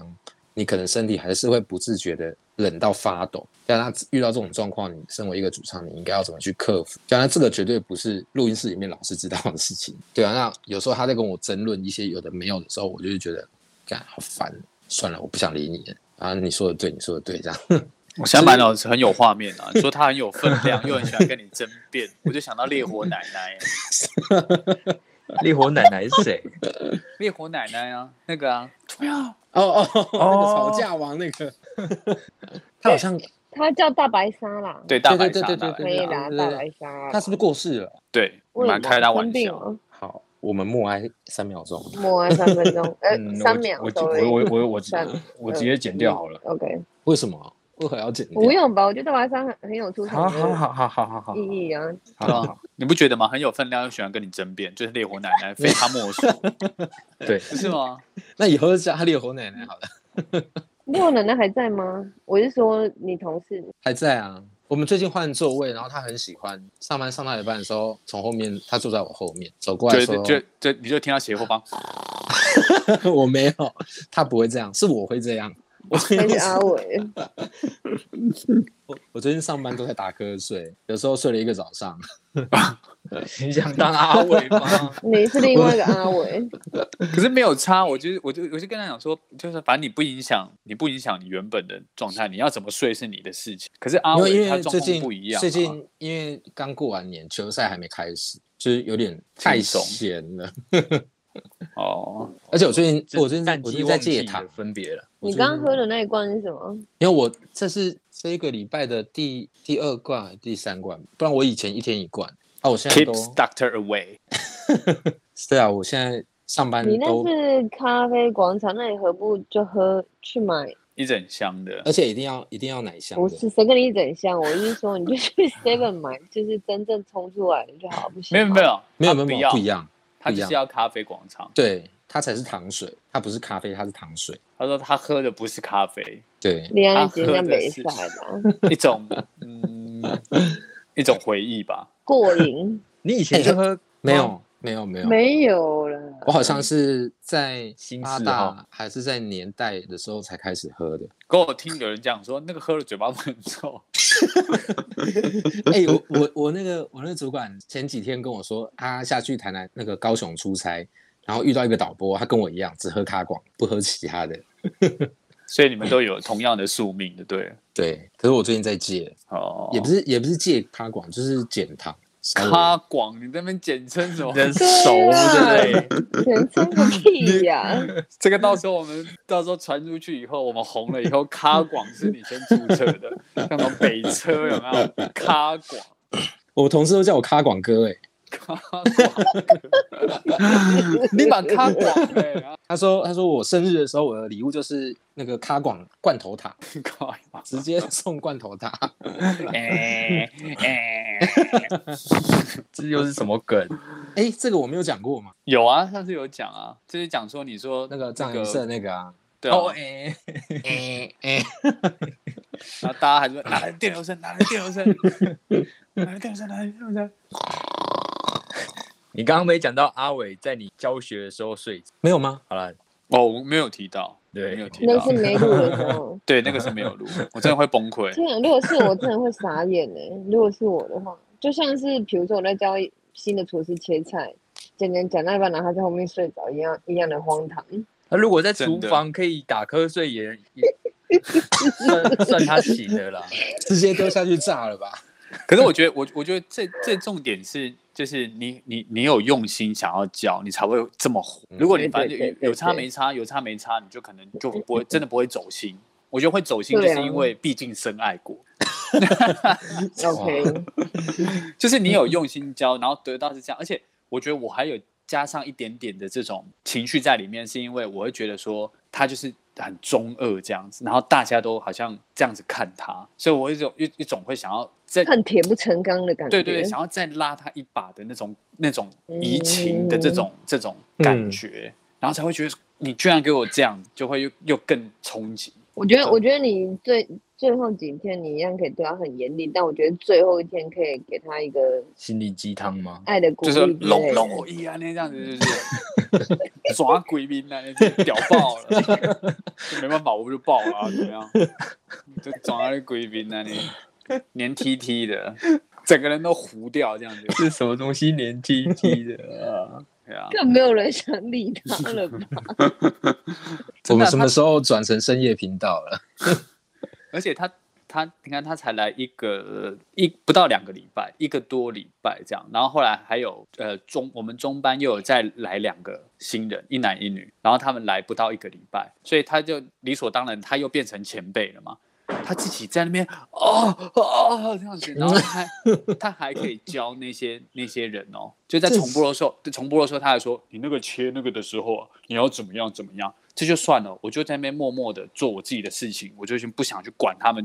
Speaker 1: 你可能身体还是会不自觉的冷到发抖。但他遇到这种状况，你身为一个主唱，你应该要怎么去克服？当然，这个绝对不是录音室里面老师知道的事情。对啊，那有时候他在跟我争论一些有的没有的时候，我就会觉得，干好烦，算了，我不想理你了。啊，你说的对，你说的对，这样。
Speaker 2: 我想满脑子很有画面啊，你说他很有分量，又很喜欢跟你争辩，我就想到烈火奶奶，
Speaker 3: 烈火奶奶是谁？
Speaker 2: 烈火奶奶啊，那个啊，对啊，
Speaker 1: 哦哦，那个吵架王那个， 他好像
Speaker 4: 他叫大白鲨啦，
Speaker 2: 对大白鲨，
Speaker 1: 对对对
Speaker 2: 大
Speaker 1: 对
Speaker 4: 可
Speaker 2: 白
Speaker 1: 对
Speaker 2: 鲨
Speaker 4: 以啦，
Speaker 1: 对
Speaker 4: 大
Speaker 1: 对
Speaker 4: 白鲨啦。
Speaker 1: 他是不是过世了？
Speaker 2: 对，
Speaker 4: 为什么
Speaker 2: 蛮开他玩
Speaker 4: 生病
Speaker 2: 笑，
Speaker 4: 了？
Speaker 1: 好，我们默哀三秒钟。
Speaker 4: 默哀三分钟，呃，
Speaker 3: 嗯，
Speaker 4: 三秒
Speaker 3: 我
Speaker 4: ，sorry，
Speaker 3: 我我我我
Speaker 4: 三嗯
Speaker 3: 我我直接剪掉好了。
Speaker 4: OK，
Speaker 1: 为什么？为何要剪掉？
Speaker 4: 不用吧？我觉得大白鲨很很有出
Speaker 3: 好
Speaker 4: 场
Speaker 3: 好
Speaker 4: 的
Speaker 3: 好好好好好
Speaker 4: 意义啊。
Speaker 3: 好
Speaker 2: 对啊
Speaker 3: 好好，
Speaker 2: 你不觉得吗？很有分量，又喜欢跟你争辩，就是烈火奶奶，非他 莫属，
Speaker 3: 对，
Speaker 2: 不是吗？
Speaker 1: 那以后就叫他烈火奶奶好了。
Speaker 4: 六奶奶还在吗？我是说你同事，
Speaker 1: 还在啊。我们最近换座位，然后他很喜欢上班上到一半的时候，从后面他坐在我后面走过来
Speaker 2: 就
Speaker 1: 说
Speaker 2: 就就你就听到斜后 方，：“
Speaker 1: 我没有。”他不会这样，是我会 这样。我
Speaker 4: 还是阿伟？
Speaker 1: 我我最近上班都在打瞌睡，有时候睡了一个早上。
Speaker 3: 你想当
Speaker 1: 啊
Speaker 3: 阿伟吗？
Speaker 4: 你是另外一个阿伟，
Speaker 2: 可是没有差，我就是我就我就跟他讲说，就是反正你不影响，你不影响你原本的状态，你要怎么睡是你的事情。可是阿
Speaker 1: 因为
Speaker 2: 伟
Speaker 1: 因
Speaker 2: 他
Speaker 1: 为
Speaker 2: 状
Speaker 1: 最
Speaker 2: 况
Speaker 1: 近
Speaker 2: 不一样、啊，
Speaker 1: 最近因为刚过完年，球赛还没开始，就是有点太闲了。
Speaker 2: 哦，
Speaker 1: 而且我最近我最近
Speaker 3: 淡
Speaker 1: 我最
Speaker 3: 季
Speaker 1: 近在
Speaker 3: 旺
Speaker 1: 戒
Speaker 3: 季
Speaker 1: 糖
Speaker 3: 的，分别了。
Speaker 1: 我
Speaker 4: 你
Speaker 1: 最近
Speaker 4: 刚刚喝的那一罐是什么？
Speaker 1: 因为我这是这一个礼拜的第第二罐、还是第三罐，不然我以前一天一罐啊，我现在都
Speaker 2: Keeps Doctor away。
Speaker 1: 是啊，我现在上班
Speaker 4: 你那
Speaker 1: 都，
Speaker 4: 是咖啡广场，那你何不就喝去买？
Speaker 2: 一整箱的
Speaker 1: 而，且一定要一定要奶香
Speaker 4: 不
Speaker 1: 的，
Speaker 4: 是谁跟你一整箱？我是说你就去 Seven 买，就是真正冲出来的就好，不行
Speaker 2: 没
Speaker 4: 吗？
Speaker 2: 有没有
Speaker 1: 没
Speaker 2: 他
Speaker 1: 有没有
Speaker 2: 不
Speaker 1: 没
Speaker 2: 要
Speaker 1: 有不一，样，
Speaker 2: 他就是
Speaker 1: 不一样
Speaker 2: 要咖啡广场。
Speaker 1: 对，它才是糖水，它不是咖啡，它是糖水，
Speaker 2: 他说他喝的不是咖啡，
Speaker 1: 对，
Speaker 4: 恋爱节
Speaker 2: 他
Speaker 4: 像
Speaker 2: 喝的
Speaker 4: 北
Speaker 2: 是
Speaker 4: 赛的啊
Speaker 2: 一种嗯一种回忆吧。
Speaker 4: 过瘾，
Speaker 3: 你以前就喝
Speaker 1: 没有没有
Speaker 2: 啊
Speaker 1: 没有，
Speaker 4: 没有了。
Speaker 1: 我好像是在
Speaker 3: 新
Speaker 1: 八
Speaker 3: 四
Speaker 1: 大
Speaker 3: 号
Speaker 1: 还是在年代的时候才开始喝 的，
Speaker 2: 跟我听有人讲说，那个喝了嘴巴会很臭，
Speaker 1: 哎、我我我那个我那个主管前几天跟我说，他下去台南那个高雄出差，然后遇到一个导播，他跟我一样只喝咖广，不喝其他的。
Speaker 2: 所以你们都有同样的宿命，对不对？
Speaker 1: 对，可是我最近在戒，
Speaker 2: 哦，
Speaker 1: 也不是也不是戒咖广，就是减糖。稍微
Speaker 2: 咖广，你在那边简称什么？
Speaker 3: 人熟，
Speaker 4: 对啊
Speaker 3: 对不对？
Speaker 4: 全称个屁呀、
Speaker 2: 这个到时候我们到时候传出去以后，我们红了以后，咖广是你先注册的，像什么北车有没有？咖广，
Speaker 1: 我同事都叫我咖广哥、欸，哎，
Speaker 2: 咖广，你把咖广对，然后
Speaker 1: 他说他说我生日的时候，我的礼物就是那个咖广罐头塔，
Speaker 2: 咖广，
Speaker 1: 直接送罐头塔。
Speaker 2: 哎哎，
Speaker 3: 这又是什么梗？
Speaker 1: 哎、这个我没有讲过嘛？
Speaker 2: 有啊，上次有讲啊，就是讲说你说
Speaker 1: 那个藏银社那个啊，
Speaker 2: 对啊，
Speaker 3: 哎，
Speaker 1: 哎哎、
Speaker 2: 然后大家还说拿来电流声，拿来电流声，拿来电流声，拿来电流声，
Speaker 3: 你刚刚没讲到阿伟在你教学的时候睡着。
Speaker 1: 没有吗？
Speaker 3: 好了，
Speaker 2: 哦，我没有提到，
Speaker 3: 对
Speaker 2: 没有提
Speaker 4: 那
Speaker 2: 到
Speaker 4: 是，没录的时候。
Speaker 2: 对，那个是没有录，我真的会崩溃。
Speaker 4: 天啊！如果是我，真的会傻眼呢、如果是我的话，就像是比如说我在教新的厨师切菜，讲讲讲到一半，然后他在后面睡着一样一样的荒唐。
Speaker 3: 他如果在
Speaker 2: 真
Speaker 3: 厨
Speaker 2: 的
Speaker 3: 房可以打瞌睡也，也算算他醒了啦。
Speaker 1: 直接丢下去炸了 吧？
Speaker 2: 可是我觉得，我我觉得最最重点是，就是你你你有用心想要教，你才会这么火。
Speaker 1: 嗯
Speaker 2: 如果你反正
Speaker 4: 对对
Speaker 2: 有
Speaker 4: 对对嗯
Speaker 2: 有差没差，有差没差，你就可能就不会真的不会走心。我觉得会走心，就
Speaker 4: 对啊
Speaker 2: 是因为毕竟深爱过，
Speaker 4: OK，
Speaker 2: 就是你有用心教，然后得到是这样。而且我觉得我还有加上一点点的这种情绪在里面，是因为我会觉得说他就是很中二这样子，然后大家都好像这样子看他，所以我有一种一一种会想要在
Speaker 4: 恨铁不成钢的感觉。
Speaker 2: 对对，想要再拉他一把的那种那种移情的这种、这种感觉，然后才会觉得你居然给我这样，就会又又更冲击。
Speaker 4: 我觉得，我觉得你最最后几天你一样可以对他很严厉，但我觉得最后一天可以给他一个
Speaker 3: 心灵鸡汤吗？
Speaker 4: 爱的鼓
Speaker 2: 就是
Speaker 4: 励之类的，
Speaker 2: 龙龙我一啊，那这样子就是耍鬼兵啊，那就屌爆了，就没办法，我就爆了、啊，怎么样？就抓那鬼兵啊，你黏 T T 的，整个人都糊掉这样子，
Speaker 3: 是什么东西黏 T T 的啊？
Speaker 2: 对啊，
Speaker 4: 更没有人想理 他了吧？
Speaker 1: 我
Speaker 2: 真的
Speaker 1: 们
Speaker 2: 啊
Speaker 1: 什么时候转成深夜频道了？
Speaker 2: 而且他他你看他才来一个一不到两个礼拜，一个多礼拜这样，然后后来还有呃中我们中班又有再来两个新人，一男一女，然后他们来不到一个礼拜，所以他就理所当然他又变成前辈了嘛。他自己在那边哦哦这样子，
Speaker 1: 嗯
Speaker 2: 然后他 还他还可以教那些那些人哦，就在
Speaker 1: 这
Speaker 2: 重播的时候，重播的时候他还说你那个切那个的时候啊，你要怎么样怎么样，这就算了，我就在那边默默的做我自己的事情，我就已经不想去管他们，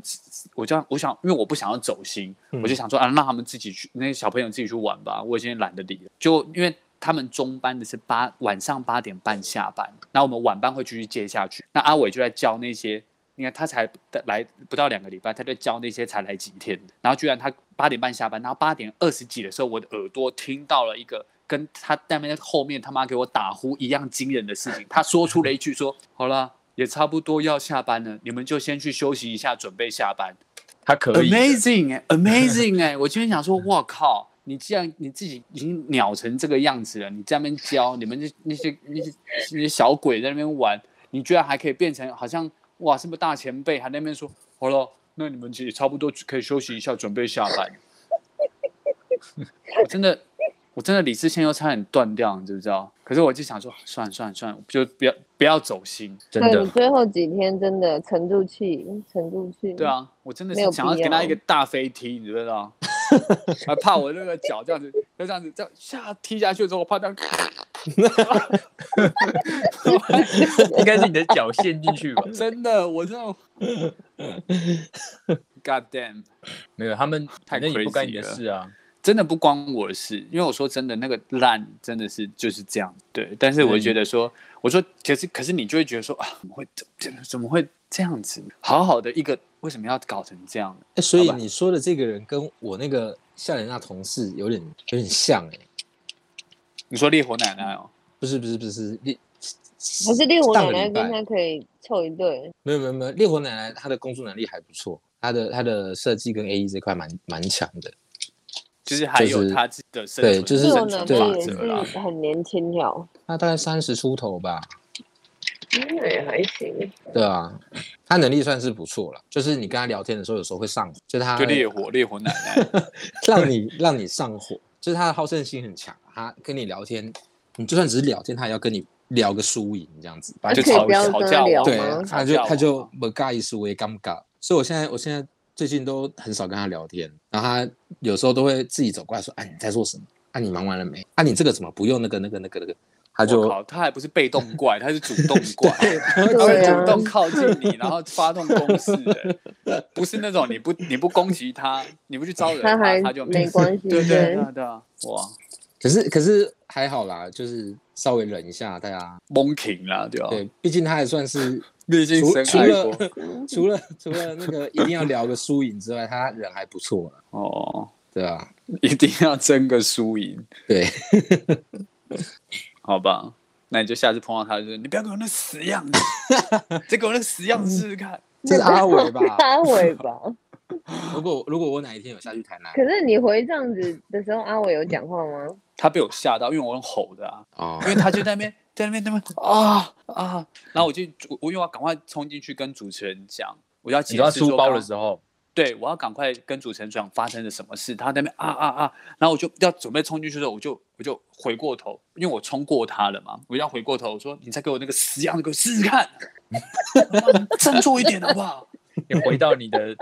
Speaker 2: 我就我想因为我不想要走心，
Speaker 1: 嗯
Speaker 2: 我就想说啊让他们自己去那些小朋友自己去玩吧，我已经懒得理了，就因为。他们中班的是八晚上八点半下班，那我们晚班会继续接下去。那阿伟就在教那些你看他才来不到两个礼拜，他就教那些才来几天的，然后居然他八点半下班，然后八点二十几的时候，我的耳朵听到了一个跟他那边后面他妈给我打呼一样惊人的事情，他说出了一句说：“ 好啦，也差不多要下班了，你们就先去休息一下，准备下班。”
Speaker 3: 他可以的
Speaker 2: Amazing 哎、a m a z i n g 哎、我今天想说，哇靠！你既然你自己已经鸟成这个样子了，你在那边教你们那那些那些那些小鬼在那边玩，你居然还可以变成好像哇什么大前辈，还在那边说好了，那你们也差不多可以休息一下，准备下班。 我真的，我真的理智线又差点断掉，你知不知道？可是我就想说，算了算了算了，就不要不要走心。
Speaker 3: 真
Speaker 4: 对
Speaker 3: 的
Speaker 4: 你。最后几天真的沉住气，沉住气。
Speaker 2: 对，啊，我真的
Speaker 4: 没有
Speaker 2: 是想要
Speaker 4: 必
Speaker 2: 给他
Speaker 4: 要
Speaker 2: 一个大飞踢，你知不知道？还怕我那个脚这样子，就这样子，这样下踢下去之后，我怕他
Speaker 3: 应该是你的脚陷进去吧？
Speaker 2: 真的，我真的，God damn，
Speaker 3: 没有，他们反正也不干你的
Speaker 2: crazy 了
Speaker 3: 事啊。
Speaker 2: 真的不关我的事，因为我说真的，那个烂真的是就是这样，对。但是我
Speaker 3: 嗯
Speaker 2: 觉得说，我说可是可是你就会觉得说啊，怎么会怎么怎么会这样子？好好的一个为什么要搞成这样？
Speaker 1: 欸所以
Speaker 2: 好吧
Speaker 1: 你说的这个人跟我那个夏莲娜同事有点有点像哎、
Speaker 2: 你说烈火奶奶哦，
Speaker 1: 不是不是不是，烈
Speaker 4: 不是烈火奶奶
Speaker 1: 上个
Speaker 4: 跟
Speaker 1: 礼拜
Speaker 4: 他可以凑一对，
Speaker 1: 没有没有没有，烈火奶奶她的工作能力还不错，她的她的设计跟 A E 这块蛮蛮强的。
Speaker 2: 就是还有
Speaker 1: 就是
Speaker 2: 他自己的生
Speaker 1: 对
Speaker 2: 存
Speaker 1: 就是
Speaker 4: 这
Speaker 2: 生
Speaker 4: 种
Speaker 2: 存
Speaker 4: 能
Speaker 2: 法
Speaker 4: 力也
Speaker 2: 则啦。
Speaker 4: 是很年轻了，
Speaker 1: 她大概三十出头吧，
Speaker 4: 那也啊还行。
Speaker 1: 对啊，她能力算是不错了。就是你跟她聊天的时候，有时候会上火，就她
Speaker 2: 就烈火烈火奶 奶，
Speaker 1: 让你让你上火，就是她的好胜心很强。她跟你聊天，你就算只是聊天，她也要跟你聊个输赢这样子。
Speaker 2: 反
Speaker 4: 可
Speaker 2: 正
Speaker 4: 以
Speaker 2: 就吵
Speaker 4: 不要
Speaker 2: 吵
Speaker 4: 跟
Speaker 2: 架
Speaker 4: 他聊
Speaker 2: 王
Speaker 1: 对
Speaker 4: 吗
Speaker 2: 嘛，
Speaker 1: 他
Speaker 2: 吵
Speaker 1: 就
Speaker 2: 架
Speaker 1: 他就
Speaker 2: 王
Speaker 1: 不介意输，我也尴尬。所以我现在我现在最近都很少跟他聊天，然后他有时候都会自己走过来说：“哎，你在做什么？啊，你忙完了没？啊，你这个怎么不用那个那个那个那个？”他
Speaker 2: 我
Speaker 1: 就
Speaker 2: 靠，他还不是被动怪，他是主动 怪， 他会
Speaker 4: 对啊
Speaker 2: 主动靠近你，然后发动攻势的，不是那种你不你不攻击他，你不去招惹
Speaker 4: 他还
Speaker 2: 啊他就
Speaker 4: 没
Speaker 2: 事。
Speaker 4: 关系，
Speaker 2: 对对 对啊对啊，哇，
Speaker 1: 可是可是还好啦，就是稍微忍一下大家。
Speaker 2: 蒙停了对吧？
Speaker 1: 对，毕竟他还 算是
Speaker 2: 毕竟
Speaker 1: 除
Speaker 2: 深
Speaker 1: 除
Speaker 2: 爱过
Speaker 1: 了 除了除了那个一定要聊个输赢之外，他人还不错了，
Speaker 2: 哦，
Speaker 1: 对吧？
Speaker 2: 一定要争个输赢，
Speaker 1: 对，
Speaker 2: 好吧？那你就下次碰到他，就是你不要给我那死样 子，再给我那死样子试试看。
Speaker 1: 这是阿伟吧？
Speaker 4: 阿伟吧。
Speaker 1: 如果如果我哪一天有下去台南
Speaker 4: 可是你回这样子的时候，阿伟有讲话吗？
Speaker 2: 他被我吓到，因为我用吼的啊。
Speaker 1: 哦
Speaker 2: 因，为他就在那 边，在那边，在那边啊啊，然后我就我我因为我要赶快冲进去跟主持人讲，我要
Speaker 3: 你
Speaker 2: 解
Speaker 3: 说他
Speaker 2: 释
Speaker 3: 出
Speaker 2: 说
Speaker 3: 包
Speaker 2: 刚
Speaker 3: 的时候，
Speaker 2: 对，我要赶快跟主持人讲发生了什么事，他在那边啊啊啊，然后我就要准备冲进去的时候，我就我就回过头，因为我冲过他了嘛，我要 回过头，我说你再给我那个死样的，给我试试看，他妈你振作一点好不好？
Speaker 3: 你回到你的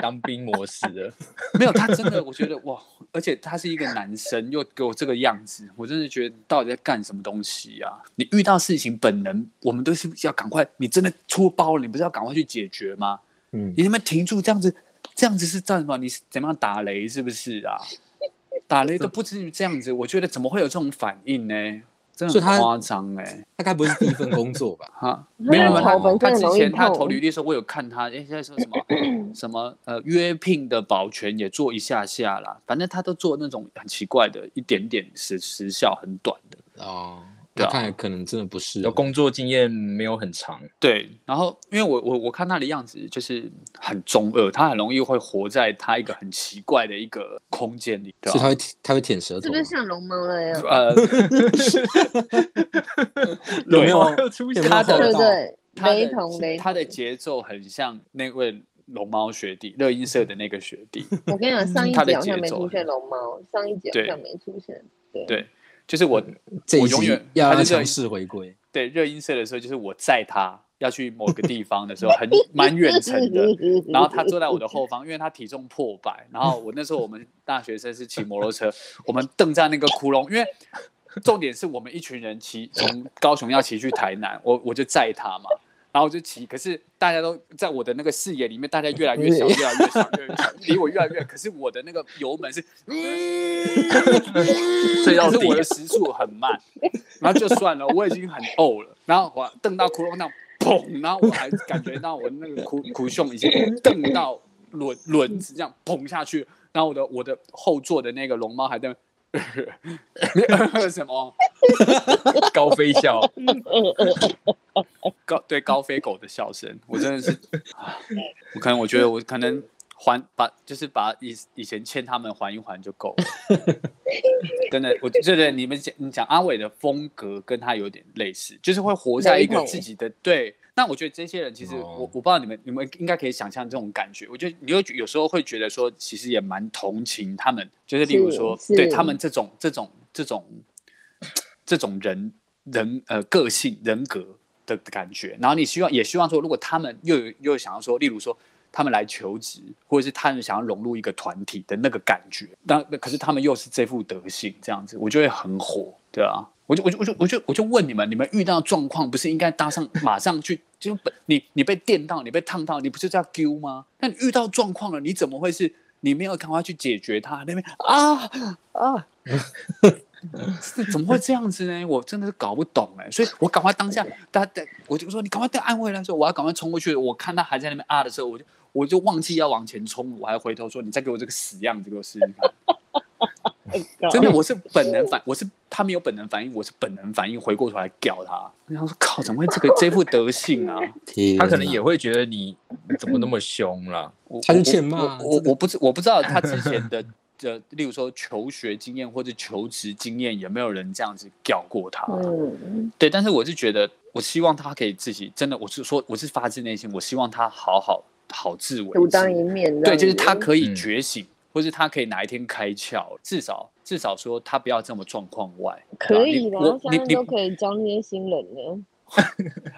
Speaker 3: 当兵模式 了。
Speaker 2: 没有，他真的，我觉得哇，而且他是一个男生，又给我这个样子，我真的觉得到底在干什么东西啊？你遇到事情本能，我们都是要赶快，你真的出包了，你不是要赶快去解决吗？
Speaker 1: 嗯，
Speaker 2: 你那边停住这样子，这样子是干什么？你是怎么样打雷是不是啊？打雷都不至于这样子，我觉得怎么会有这种反应呢？真
Speaker 1: 所
Speaker 2: 的
Speaker 1: 以他
Speaker 2: 很夸张哎、
Speaker 1: 大概不是第一份工作吧？
Speaker 2: 哈，没有没
Speaker 1: 头
Speaker 2: 有，
Speaker 1: 粉
Speaker 2: 他
Speaker 4: 真的
Speaker 2: 之
Speaker 4: 容易
Speaker 2: 前他
Speaker 4: 痛
Speaker 2: 投履历的时候，我有看他，哎，现在说什 么什么呃约聘的保全也做一下下啦，反正他都做那种很奇怪的，一点点时时效很短的，
Speaker 1: 哦，
Speaker 2: 对
Speaker 1: 那
Speaker 2: 啊
Speaker 1: 看来可能真的不是
Speaker 3: 有工作经验没有很长，
Speaker 2: 对。然后因为我我我看他的样子就是很中二，他很容易会活在他一个很奇怪的一个空间里，对
Speaker 1: 所以他
Speaker 2: 吧？
Speaker 1: 会他会舔舌头
Speaker 4: 是
Speaker 1: 吗
Speaker 4: 不是，像龙猫了呀？
Speaker 2: 呃，
Speaker 1: 有没有
Speaker 3: 然后出现
Speaker 1: 有没
Speaker 2: 他
Speaker 1: 有
Speaker 2: 的
Speaker 1: 厚
Speaker 4: 对不
Speaker 1: 道
Speaker 4: 对？
Speaker 2: 他
Speaker 4: 雷
Speaker 2: 的
Speaker 4: 同雷同，
Speaker 2: 他的节奏很像那位龙猫学弟，乐音社的那个学弟，
Speaker 4: 我跟你讲，上一
Speaker 2: 他的
Speaker 4: 集好像
Speaker 2: 节
Speaker 4: 没
Speaker 2: 奏
Speaker 4: 出现龙猫，上一集好
Speaker 2: 对
Speaker 4: 像没出现。
Speaker 2: 对，就是我
Speaker 1: 这一
Speaker 2: 我永
Speaker 1: 集
Speaker 2: 远
Speaker 1: 要
Speaker 2: 他
Speaker 1: 要
Speaker 2: 就这
Speaker 1: 强
Speaker 2: 样
Speaker 1: 势回归。
Speaker 2: 对热音社的时候，就是我载他要去某个地方的时候，很蛮远程 的。然后他坐在我的后方，因为他体重破百。然后我那时候我们大学生是骑摩托车，我们蹬在那个窟窿，因为重点是我们一群人骑从高雄要骑去台南，我我就载他嘛，然后我就骑，可是大家都在我的那个视野里面，大家越来越小，越来越小，越来越小，离我越来越远，可是我的那个油门是，
Speaker 3: 睡到
Speaker 2: 嗯可
Speaker 3: 底
Speaker 2: 是我的时速很 慢，然后就算了，我已经很呕了，然后我蹬到窟窿那样砰，然后我还感觉到我那个苦苦胸已经蹬到轮轮子这样砰下去，然后我的我的后座的那个龙猫还在那边。 你呃什么
Speaker 3: 高 飞笑，
Speaker 2: 高对高飞狗的笑声？我真的是，啊我可能我觉得我可能还把就是把以以前欠他们还一还就够了。真的，我觉得你们讲你讲阿伟的风格跟他有点类似，就是会活在一
Speaker 4: 雷
Speaker 2: 个
Speaker 4: 同
Speaker 2: 自己的对。那我觉得这些人其实
Speaker 1: 哦
Speaker 2: 我我不知道你们你们应该可以想象这种感觉。我觉得你会有时候会觉得说，其实也蛮同情他们，就是例如
Speaker 4: 是
Speaker 2: 说
Speaker 4: 是
Speaker 2: 对他们这种这种这种这种人人呃个性人格的感觉。然后你希望也希望说，如果他们又有又有想要说，例如说他们来求职，或者是他们想要融入一个团体的那个感觉，但可是他们又是这副德性，这样子，我就会很火，对啊。我就我就我就我就我就问你们，你们遇到状况不是应该搭上马上去？就本你你被电到，你被烫到，你不是叫丢吗？那你遇到状况了，你怎么会是你没有赶快去解决它？那边啊啊，是怎么会这样子呢？我真的是搞不懂哎、所以我赶快当下，大家我就说你赶快带安慰来说，我要赶快冲过去。我看他还在那边啊的时候，我就我就忘记要往前冲，我还回头说你再给我这个死样子给我试试看。真的，我是本能反，我是他没有本能反应，我是本能反应回过头来屌他。然后说靠，怎么会这个这副德性啊？
Speaker 1: 天
Speaker 3: 他可能
Speaker 1: 哪
Speaker 3: 也会觉得你你怎么那么凶啦？
Speaker 2: 我
Speaker 1: 他
Speaker 2: 我
Speaker 1: 就欠骂
Speaker 2: 我我我不知我不知道他之 前的呃，例如说求学经验或者求职经验，有没有人这样子屌过他？
Speaker 4: 嗯，
Speaker 2: 对，但是我是觉得，我希望他可以自己真的，我是说，我是发自内心，我希望他好好好自为
Speaker 4: 独
Speaker 2: 之。
Speaker 4: 当一面这样子。
Speaker 2: 对，就是他可以
Speaker 3: 嗯
Speaker 2: 觉醒，或是他可以哪一天开窍，至少至少说他不要这么状况外。
Speaker 4: 可
Speaker 2: 对
Speaker 4: 以的
Speaker 2: 吧你
Speaker 4: 啊，
Speaker 2: 我
Speaker 4: 现
Speaker 2: 你
Speaker 4: 在
Speaker 2: 你
Speaker 4: 都可以教那些新人了。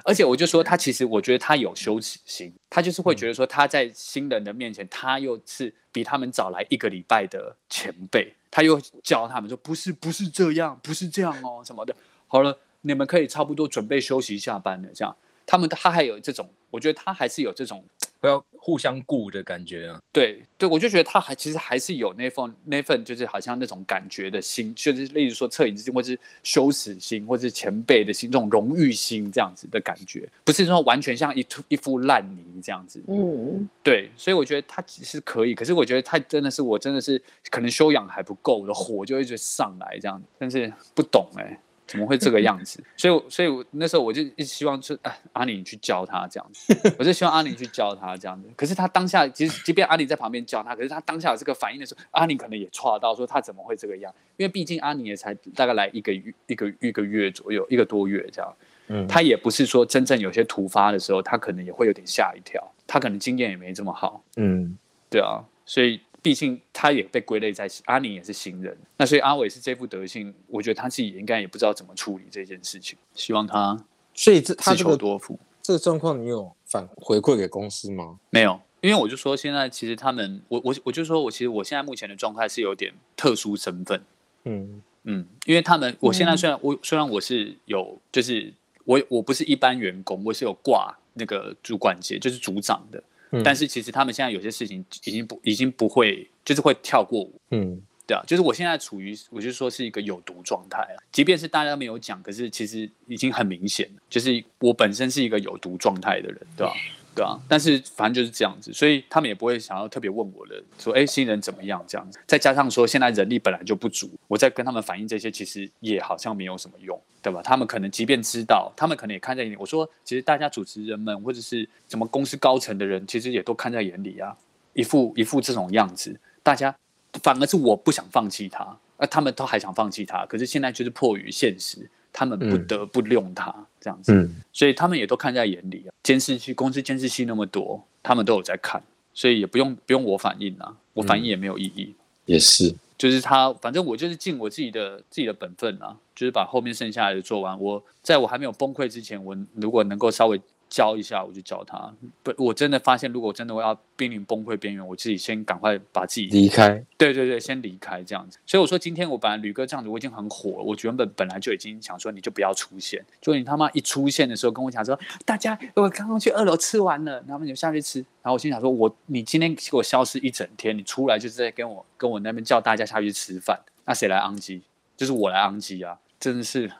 Speaker 2: 而且我就说他其实，我觉得他有羞耻心，他就是会觉得说他在新人的面前，他又是比他们早来一个礼拜的前辈，他又教他们说不是不是这样，不是这样哦什么的。好了，你们可以差不多准备休息下班了，这样。他们他还有这种，我觉得他还是有这种
Speaker 3: 不要互相顾的感觉啊。
Speaker 2: 对对，我就觉得他还其实还是有那份那份就是好像那种感觉的心，就是例如说恻隐之心，或是羞耻心，或是前辈的心，这种荣誉心这样子的感觉，不是说完全像一突一副烂泥这样子。
Speaker 4: 嗯，
Speaker 2: 对，所以我觉得他其实可以，可是我觉得他真的是我真的是可能修养还不够，我的火就一直上来这样，但是不懂哎、怎么会这个样子？所以我，所以我那时候我就一直希望是啊，阿里你去教他这样子，我就希望阿里去教他这样子。可是他当下，其实即便阿里在旁边教他，可是他当下有这个反应的时候，阿里可能也错到说他怎么会这个样？因为毕竟阿里也才大概来一个月一个一个月左右，一个多月这样。
Speaker 1: 嗯，
Speaker 2: 他也不是说真正有些突发的时候，他可能也会有点吓一跳，他可能经验也没这么好，
Speaker 1: 嗯，
Speaker 2: 对啊，所以毕竟他也被归类在阿宁也是新人，那所以阿伟是这副德性，我觉得他自己应该也不知道怎么处理这件事情，希望他
Speaker 1: 所以这他
Speaker 2: 自
Speaker 1: 这
Speaker 2: 求
Speaker 1: 个
Speaker 2: 多福。
Speaker 1: 这个状况你有反回馈给公司吗？
Speaker 2: 没有，因为我就说现在其实他们，我我我就说我其实我现在目前的状态是有点特殊身份，
Speaker 1: 嗯
Speaker 2: 嗯，因为他们我现在
Speaker 4: 嗯
Speaker 2: 虽然、我虽然我是有就是我我不是一般员工，我是有挂那个主管阶，就是组长的，
Speaker 1: 嗯
Speaker 2: 但是其实他们现在有些事情已经不已经不会，就是会跳过我。
Speaker 1: 嗯
Speaker 2: 对啊，就是我现在处于，我就说是一个有毒状态啊。即便是大家没有讲，可是其实已经很明显了，就是我本身是一个有毒状态的人，对吧、对啊，但是反正就是这样子，所以他们也不会想要特别问我的，说哎新人怎么样这样子。再加上说现在人力本来就不足，我在跟他们反映这些，其实也好像没有什么用，对吧？他们可能即便知道，他们可能也看在眼里。我说其实大家主持人们或者是什么公司高层的人，其实也都看在眼里啊，一副一副这种样子，大家反而是我不想放弃他，而他们都还想放弃他，可是现在就是迫于现实，他们不
Speaker 1: 嗯
Speaker 2: 得不用他、这样子。
Speaker 1: 嗯
Speaker 2: 所以他们也都看在眼里啊。监视器公司监视器那么多，他们都有在看，所以也不用不用我反应啊，我反应也没有意义。
Speaker 1: 也是，
Speaker 2: 就是他，反正我就是尽我自己的自己的本分啊，就是把后面剩下来的做完。我在我还没有崩溃之前，我如果能够稍微教一下，我就教他。不，我真的发现，如果真的我要濒临崩溃边缘，我自己先赶快把自己
Speaker 1: 离开，
Speaker 2: 对对对，先离开这样子。所以我说，今天我本来吕哥这样子，我已经很火了。我原本本来就已经想说，你就不要出现。就你他妈一出现的时候，跟我讲说，大家我刚刚去二楼吃完了，然后你们下去吃。然后我心想说，我你今天给我消失一整天，你出来就是在跟我跟我那边叫大家下去吃饭，那谁来昂基？就是我来昂基啊！真的是，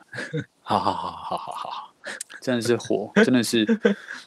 Speaker 2: 好好好好好好好，真的是火，真的是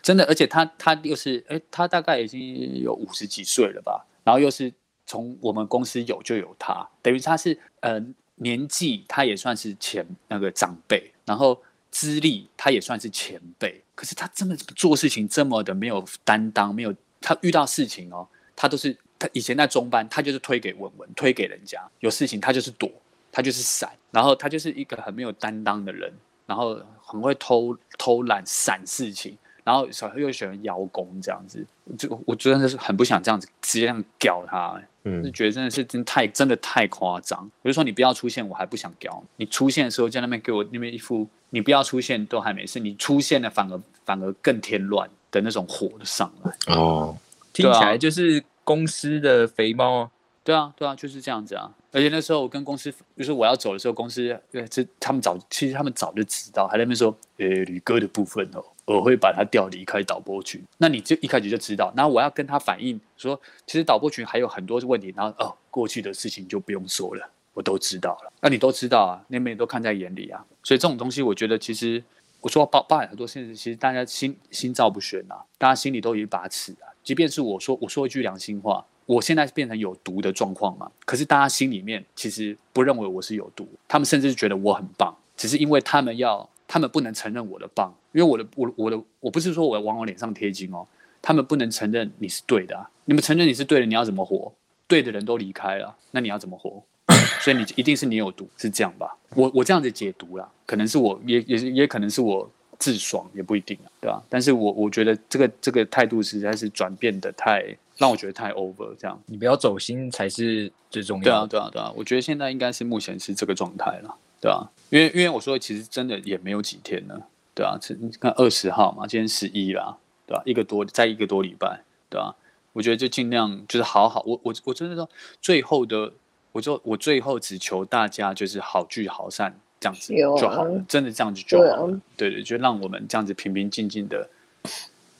Speaker 2: 真的，而且他他又是，哎、他大概已经有五十几岁了吧，然后又是从我们公司有就有他，等于他是呃年纪他也算是前那个长辈，然后资历他也算是前辈，可是他真的做事情这么的没有担当，没有他遇到事情哦，他都是他以前在中班，他就是推给文文，推给人家，有事情他就是躲，他就是闪，然后他就是一个很没有担当的人，然后很会偷偷懒闪事情，然后小又喜欢邀功这样子，就我真的是很不想这样子直接这样屌他、欸是
Speaker 1: 嗯
Speaker 2: 觉得真的是真太真的太夸张。我就说你不要出现，我还不想屌你。出现的时候在那边给我那边一副你不要出现都还没事，你出现了反而反而更添乱的那种火就上来。
Speaker 1: 哦，
Speaker 3: 听
Speaker 2: 对
Speaker 3: 起
Speaker 2: 啊
Speaker 3: 来就是公司的肥猫啊。
Speaker 2: 对啊，对啊，就是这样子啊。而且那时候我跟公司，就是我要走的时候，公司呃，这他们早其实他们早就知道，还在那边说，呃，吕哥的部分哦，我会把他调离开导播群。那你就一开始就知道，然后我要跟他反映说，其实导播群还有很多问题，然后哦，过去的事情就不用说了，我都知道了。那、你都知道啊，你们也都看在眼里啊。所以这种东西，我觉得其实我说包包含很多现实，其实大家心心照不宣啊，大家心里都有一把尺啊。即便是我说我说一句良心话，我现在变成有毒的状况嘛，可是大家心里面其实不认为我是有毒，他们甚至觉得我很棒，只是因为他们要他们不能承认我的棒，因为我的我的我的我不是说我要往我脸上贴金哦，他们不能承认你是对的、啊，你们承认你是对的，你要怎么活？对的人都离开了，那你要怎么活？所以你一定是你有毒，是这样吧？我我这样子解读啦，可能是我也也是也可能是我自爽，也不一定啊，对吧、但是我我觉得这个这个态度实在是转变的太让我觉得太 over 这样。
Speaker 3: 你不要走心才是最重
Speaker 2: 对
Speaker 3: 要
Speaker 2: 啊，
Speaker 3: 的。
Speaker 2: 对啊，对啊，我觉得现在应该是目前是这个状态了，对啊，因为因为我说其实真的也没有几天了，对啊，是你看二十号嘛，今天十一啦，对啊吧、一个多再一个多礼拜，对啊，我觉得就尽量就是好好，我我我真的说最后的，我就我最后只求大家就是好聚好散这样子
Speaker 4: 有啊
Speaker 2: 就好了，真的这样子就
Speaker 4: 对啊
Speaker 2: 好了，对对，就让我们这样子平平静静的，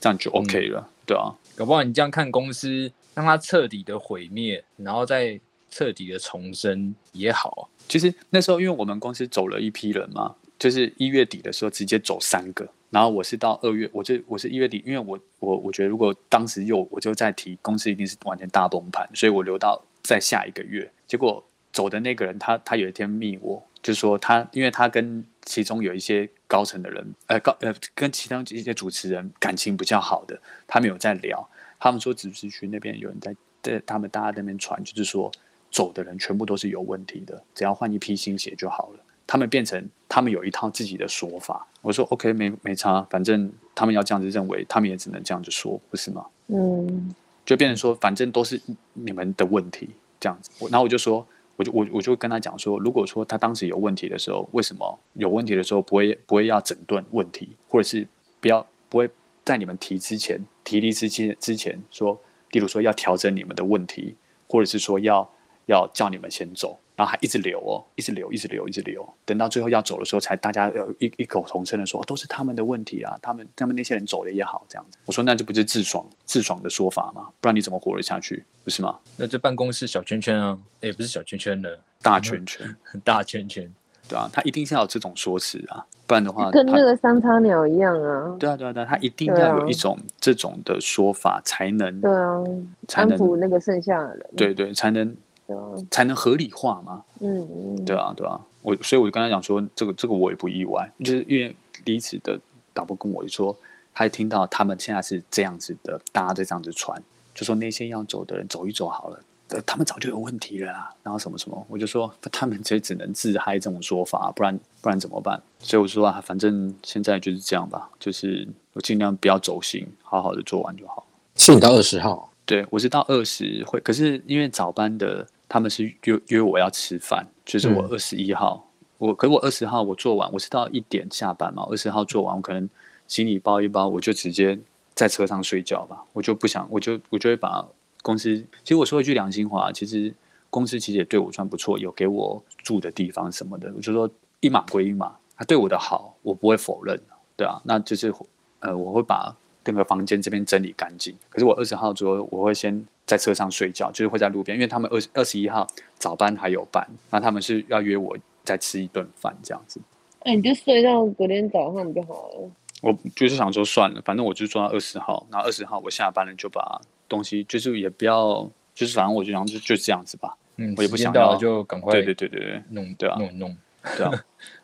Speaker 2: 这样就 OK 了，对啊，
Speaker 3: 搞不好你这样看公司，让它彻底的毁灭，然后再彻底的重生也好。
Speaker 2: 其实那时候因为我们公司走了一批人嘛，就是一月底的时候直接走三个，然后我是到二月，我就我是一月底，因为我我我觉得如果当时又我就在提公司一定是完全大崩盘，所以我留到在下一个月。结果走的那个人他他有一天密我，就说他因为他跟其中有一些高层的人，呃高呃跟其他一些主持人感情比较好的，他们有在聊，他们说只是区那边有人在在他们大家在那边传，就是说走的人全部都是有问题的，只要换一批新血就好了。他们变成他们有一套自己的说法。我说 OK，没没差，反正他们要这样子认为，他们也只能这样子说，不是吗？
Speaker 4: 嗯，
Speaker 2: 就变成说，反正都是你们的问题这样子。我然后我就说，我就我我就跟他讲说，如果说他当时有问题的时候，为什么有问题的时候不会不会要整顿问题，或者是不要不会在你们提之前提离之前之前说，例如说要调整你们的问题，或者是说要要叫你们先走，然后还一直留哦，一直留，一直留，一直留，等到最后要走的时候，才大家呃一一口同声的说、哦都是他们的问题啊，他们他们那些人走了也好这样子。我说那这不是自爽自爽的说法吗？不然你怎么活得下去，不是吗？
Speaker 3: 那这办公室小圈圈啊，也不是小圈圈了，
Speaker 2: 大圈圈，
Speaker 3: 很大圈圈。
Speaker 2: 对啊，他一定是要有这种说辞啊，不然的话
Speaker 4: 跟
Speaker 2: 他
Speaker 4: 那个三叉鸟一样啊。
Speaker 2: 对啊，对啊，对啊，他一定
Speaker 4: 对
Speaker 2: 要
Speaker 4: 啊
Speaker 2: 有一种这种的说法，才能
Speaker 4: 对啊，
Speaker 2: 才
Speaker 4: 安
Speaker 2: 能
Speaker 4: 抚那个剩下的人。
Speaker 2: 对对，才能
Speaker 4: 对啊，
Speaker 2: 才能合理化嘛。
Speaker 4: 嗯嗯，
Speaker 2: 对啊，对啊，我所以我就跟他讲说，这个这个我也不意外，就是因为离职的导播跟我就说，他也听到他们现在是这样子的，大家在这样子传，就说那些要走的人走一走好了。呃他们早就有问题了啦，然后什么什么，我就说他们就只能自嗨这种说法，不然不然怎么办？所以我说啊，反正现在就是这样吧，就是我尽量不要走心，好好的做完就好。
Speaker 1: 是你到二十号，
Speaker 2: 对，我是到二十会，可是因为早班的他们是约约我要吃饭，就是我
Speaker 1: 嗯
Speaker 2: 二十一号，我可我二十号我做完，我是到一点下班嘛，二十号做完，我可能行李包一包，我就直接在车上睡觉吧，我就不想，我就我就会把公司，其实我说一句良心话，其实公司其实也对我算不错，有给我住的地方什么的，我就说一码归一码，他对我的好，我不会否认，对啊，那就是呃，我会把那个房间这边整理干净。可是我二十号左右，我会先在车上睡觉，就是会在路边，因为他们二二十一号早班还有班，那他们是要约我再吃一顿饭这样子。
Speaker 4: 那哎你就睡到隔天早上就好了。
Speaker 2: 我就是想说算了，反正我就做到二十号，然后二十号我下班了就把东西，就是也不要，就是反正我就想就就这样子吧。
Speaker 3: 嗯，
Speaker 2: 我也不
Speaker 3: 时间
Speaker 2: 想
Speaker 3: 到了
Speaker 2: 要
Speaker 3: 就赶快
Speaker 2: 对对对对对。
Speaker 3: 弄
Speaker 2: 对啊
Speaker 3: 弄弄。
Speaker 2: 对啊，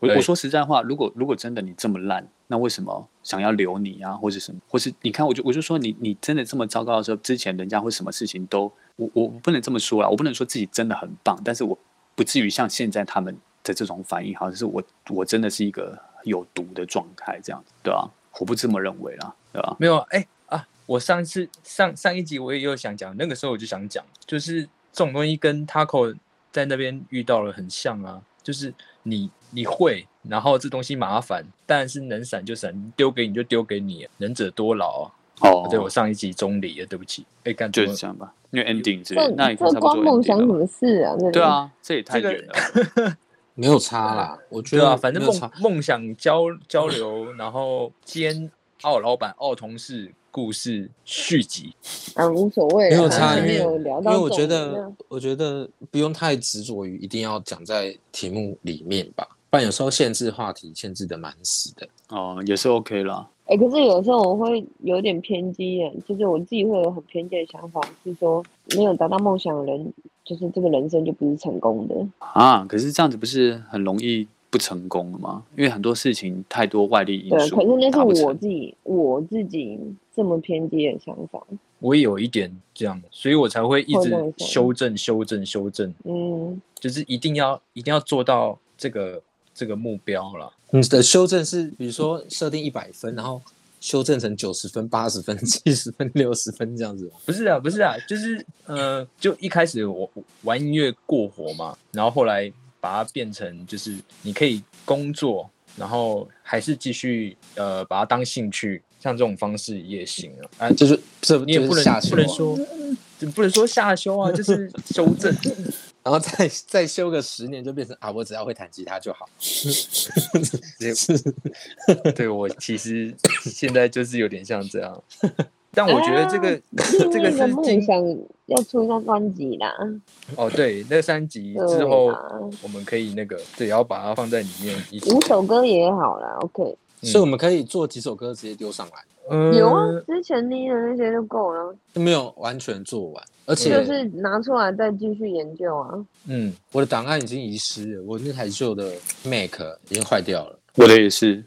Speaker 2: 我
Speaker 3: 对
Speaker 2: 我说实在话，如果如果真的你这么烂，那为什么想要留你啊，或是什么，或是你看，我就我就说你你真的这么糟糕的时候，之前人家会什么事情都，我我不能这么说啦，我不能说自己真的很棒，但是我不至于像现在他们的这种反应，好像是我我真的是一个有毒的状态这样子，对啊，我不这么认为啦，对啊，
Speaker 3: 没有啊，哎、啊，我上次上上一集我也有想讲，那个时候我就想讲，就是这种东西跟 Taco 在那边遇到了很像啊，就是你你会，然后这东西麻烦，但是能闪就闪，丢给你就丢给你，能者多劳啊。
Speaker 2: 哦
Speaker 3: 对我上一集中理了，对不起，哎、干
Speaker 2: 就
Speaker 3: 觉
Speaker 2: 是这样吧，因为 ending 是
Speaker 4: 这
Speaker 2: 那也
Speaker 4: 这
Speaker 2: 差不
Speaker 4: 光
Speaker 2: 多
Speaker 4: 梦想
Speaker 2: ending
Speaker 4: 什
Speaker 2: 了吧
Speaker 4: 么事啊？这里
Speaker 2: 对，啊，这也太
Speaker 3: 这个
Speaker 2: 远了吧，
Speaker 1: 没有差啦，我觉
Speaker 3: 对
Speaker 1: 得
Speaker 3: 啊，反正
Speaker 1: 没有
Speaker 3: 梦
Speaker 1: 差。
Speaker 3: 梦想交交流，然后兼傲老板、傲同事故事续集，
Speaker 4: 啊，无所谓啦，
Speaker 1: 没有差，
Speaker 4: 还
Speaker 1: 因
Speaker 4: 没
Speaker 1: 为
Speaker 4: 有聊
Speaker 1: 因
Speaker 4: 到
Speaker 1: 为我
Speaker 4: 重
Speaker 1: 觉
Speaker 4: 点
Speaker 1: 得
Speaker 4: 啊，
Speaker 1: 我觉得不用太执着于一定要讲在题目里面吧，不然有时候限制话题限制的蛮死的。
Speaker 2: 哦，也是 OK 啦，
Speaker 4: 哎、可是有时候我会有点偏激耶，就是我自己会有很偏见的想法，是说没有达到梦想的人，就是这个人生就不是成功的。
Speaker 2: 啊，可是这样子不是很容易不成功了吗？因为很多事情太多外力因
Speaker 4: 对，
Speaker 2: 素，
Speaker 4: 可是那
Speaker 2: 达不
Speaker 4: 是我
Speaker 2: 成。
Speaker 4: 自己我自己这么偏激的想法。
Speaker 3: 我也有一点这样，所以我才会一
Speaker 4: 会
Speaker 3: 直
Speaker 4: 这样想
Speaker 3: 修正、修正、修正。
Speaker 4: 嗯，
Speaker 3: 就是一定要一定要做到这个这个目标了。
Speaker 1: 你的修正是，比如说设定一百分，然后修正成九十分、八十分、七十分、六十分这样子吗。
Speaker 3: 不是啊，不是啊，就是呃，就一开始我我玩音乐过火嘛，然后后来把它变成就是你可以工作，然后还是继续呃把它当兴趣，像这种方式也行啊。啊，
Speaker 1: 就是这
Speaker 3: 你也
Speaker 1: 就是
Speaker 3: 不能
Speaker 1: 下
Speaker 3: 不
Speaker 1: 修
Speaker 3: 能
Speaker 1: 啊
Speaker 3: 说，就不能说下修啊，就是修正。
Speaker 1: 然后再再修个十年，就变成啊，我只要会弹吉他就好。是
Speaker 3: 对我其实现在就是有点像这样， 但我觉得这个、
Speaker 4: 啊
Speaker 3: 这
Speaker 4: 另
Speaker 3: 个
Speaker 4: 一个
Speaker 3: 是
Speaker 4: 梦
Speaker 3: 经
Speaker 4: 想要出一张专辑啦，
Speaker 3: 哦，对，那三集
Speaker 4: 对
Speaker 3: 之后
Speaker 4: 啦，
Speaker 3: 我们可以那个，对，然后把它放在里面一起。
Speaker 4: 五首歌也好啦，OK，、
Speaker 1: 所以我们可以做几首歌直接丢上来，
Speaker 3: 嗯
Speaker 4: 有啊，之前捏的那些就够了，
Speaker 1: 就没有完全做完，而
Speaker 3: 对
Speaker 4: 就
Speaker 1: 且
Speaker 4: 是拿出来再继续研究啊。
Speaker 3: 嗯，
Speaker 1: 我的档案已经遗失了，我那台旧的 Mac 已经坏掉了。
Speaker 2: 我的也是，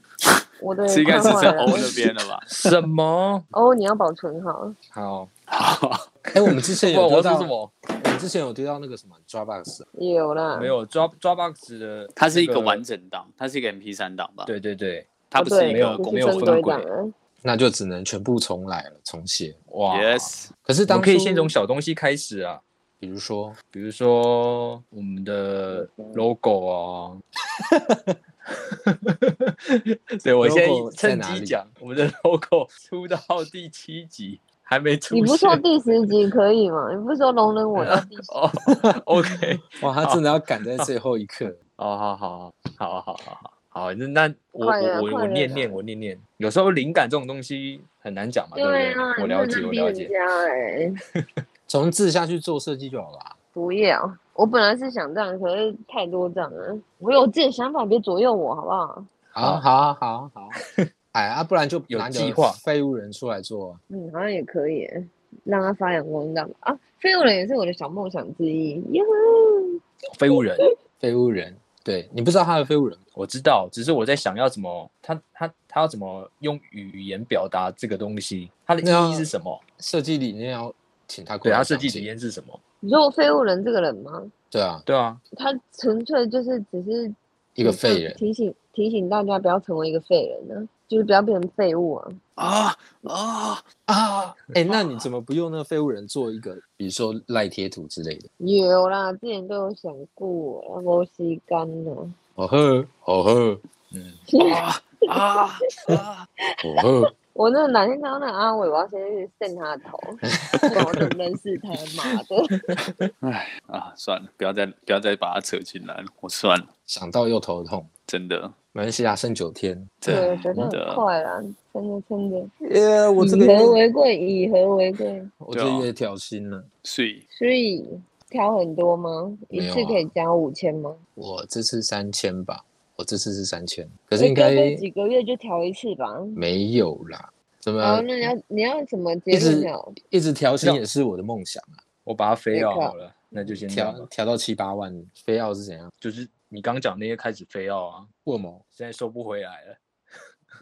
Speaker 4: 我 的
Speaker 2: 这应该
Speaker 4: 看
Speaker 2: 是
Speaker 4: 坏
Speaker 2: 在
Speaker 4: 了
Speaker 2: 欧那边了吧？
Speaker 3: 什么？
Speaker 4: 哦，你要保存好。
Speaker 3: 好，
Speaker 2: 好，
Speaker 1: 哎、我们之前
Speaker 3: 不，
Speaker 1: 有
Speaker 3: 我
Speaker 1: 丢
Speaker 3: 要说
Speaker 1: 到，
Speaker 3: 什
Speaker 1: 我
Speaker 3: 么？
Speaker 1: 们之前有丢到那个什么 Dropbox，
Speaker 4: 有啦，
Speaker 3: 没有抓抓 box 的，
Speaker 2: 它是一个完。整档，它是一个 MP 三档吧？，
Speaker 3: 对对对，
Speaker 2: 它
Speaker 4: 哦
Speaker 2: 不是
Speaker 4: 对
Speaker 2: 一
Speaker 3: 没有
Speaker 2: 个
Speaker 4: 不
Speaker 2: 公
Speaker 4: 是
Speaker 3: 有
Speaker 4: 正
Speaker 2: 有
Speaker 3: 分
Speaker 4: 规
Speaker 3: 轨
Speaker 4: 档啊，
Speaker 1: 那就只能全部重来了，重写。
Speaker 3: 哇
Speaker 2: Yes，
Speaker 1: 可是
Speaker 3: 我
Speaker 1: 当
Speaker 3: 们
Speaker 1: 初
Speaker 3: 可以先从小东西开始啊，
Speaker 1: 比如说
Speaker 3: 比如说我们的 logo 啊， 对，我先
Speaker 1: Logo 在
Speaker 3: 趁
Speaker 1: 哪
Speaker 3: 机
Speaker 1: 里
Speaker 3: 讲，我们的 logo 出到第七集还没出
Speaker 4: 你
Speaker 3: 现。
Speaker 4: 不说第十集可以吗？你不是说龙人我到 第十？
Speaker 3: 哦，OK，
Speaker 1: 哇，他真的要赶在最后一 刻。
Speaker 3: 哦，好好好好好好好好，那那我
Speaker 4: 快了
Speaker 3: 我我
Speaker 4: 快
Speaker 3: 我
Speaker 4: 了
Speaker 3: 念念我念念，有时候灵感这种东西很难讲嘛，对不
Speaker 4: 对
Speaker 3: 对
Speaker 4: 啊，？
Speaker 3: 我
Speaker 4: 你
Speaker 3: 了
Speaker 4: 不
Speaker 3: 解，
Speaker 4: 能
Speaker 3: 我
Speaker 4: 逼
Speaker 3: 了
Speaker 4: 人
Speaker 3: 解。
Speaker 4: 家哎，
Speaker 1: 从字下去做设计就好了啊。
Speaker 4: 不要。我本来是想这样，可是太多这样了。我有自己的想法，别左右我，好不好？
Speaker 1: 好，好啊，好啊，好 啊。哎啊，不然就
Speaker 3: 有
Speaker 1: 拿个
Speaker 3: 计划
Speaker 1: 废物人出来做啊。
Speaker 4: 嗯，好像也可以耶，让他发扬光大啊！飞物人也是我的小梦想之一。耶呼
Speaker 3: 飞 物人，
Speaker 1: 废物人，对你不知道他的废物人吗，
Speaker 3: 我知道，只是我在想要怎么，他他他要怎么用语言表达这个东西，它的意义是什么？
Speaker 1: 设计理念要请他过
Speaker 3: 对，
Speaker 1: 来
Speaker 3: 它
Speaker 4: 啊
Speaker 1: 讲
Speaker 3: 设
Speaker 1: 解。
Speaker 3: 计理念是什么？
Speaker 4: 你说我飞物人这个人吗？
Speaker 1: 对啊，
Speaker 3: 对啊，
Speaker 4: 他纯粹就是只是
Speaker 1: 一个
Speaker 4: 提倡
Speaker 1: 废人
Speaker 4: 提醒提醒大家不要成为一个废人呢、就是不要变成废物啊。
Speaker 2: 啊啊！
Speaker 1: 啊。哎、那你怎么不用那个废物人做一个，比如说赖贴图之类的？
Speaker 4: 有啦，之前都有想过，啊，摩西干呢、
Speaker 1: 哦呵，哦呵，
Speaker 3: 嗯，
Speaker 2: 啊啊啊！
Speaker 1: 哦呵。
Speaker 4: 我那哪天看到那个阿伟，我要先去扇他的 头，不然我怎么认识他？妈的！
Speaker 2: 唉啊，算了，不要再不要再把它扯进来了，我算了，
Speaker 1: 想到又头痛。
Speaker 2: 真的
Speaker 1: 没关系啊，剩九天。
Speaker 2: 真
Speaker 4: 对，
Speaker 2: 的
Speaker 4: 反正很快啦，真的真的。
Speaker 1: 耶，我这个
Speaker 4: 以
Speaker 1: 月
Speaker 4: 和为贵，以和为贵。
Speaker 1: 我这个月调薪了。
Speaker 2: 睡
Speaker 4: 所以挑很多吗？一
Speaker 1: 没有
Speaker 4: 次
Speaker 1: 啊
Speaker 4: 可以加五千吗？
Speaker 1: 我这次三千吧，我这次是三千，可
Speaker 4: 可
Speaker 1: 是应该
Speaker 4: 几个月就调一次吧。
Speaker 1: 没有啦。怎
Speaker 4: 然后
Speaker 1: 么
Speaker 4: 哦那你要你要什么
Speaker 1: 啊
Speaker 4: 结
Speaker 1: 一
Speaker 4: 论
Speaker 1: 直
Speaker 4: 了？
Speaker 1: 一直调薪也是我的梦想啊，
Speaker 3: 我把它飞
Speaker 4: 没
Speaker 3: 掉
Speaker 4: 错
Speaker 3: 好了，那就先这样
Speaker 1: 调
Speaker 3: 吧。
Speaker 1: 调到七八万，非要是怎样？
Speaker 3: 就是你刚讲那些开始飞奥啊，
Speaker 1: 过某
Speaker 3: 现在收不回来
Speaker 4: 啊
Speaker 3: 了，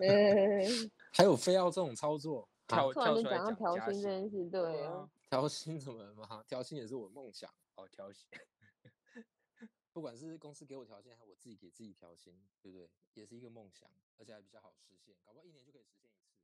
Speaker 4: 嗯，
Speaker 1: 还有非要这种操作？
Speaker 3: 跳
Speaker 4: 突然
Speaker 3: 跳
Speaker 4: 就
Speaker 3: 出来
Speaker 4: 讲到
Speaker 3: 讲
Speaker 4: 调
Speaker 3: 加
Speaker 4: 薪
Speaker 3: 薪
Speaker 4: 这，件事，对
Speaker 3: 对
Speaker 4: 啊
Speaker 3: 啊，
Speaker 1: 调薪怎么了吗？调薪也是我的梦想，
Speaker 3: 哦，调薪，
Speaker 1: 不管是公司给我调薪，还是我自己给自己调薪，对不对？也是一个梦想，而且还比较好实现，搞不好一年就可以实现一次。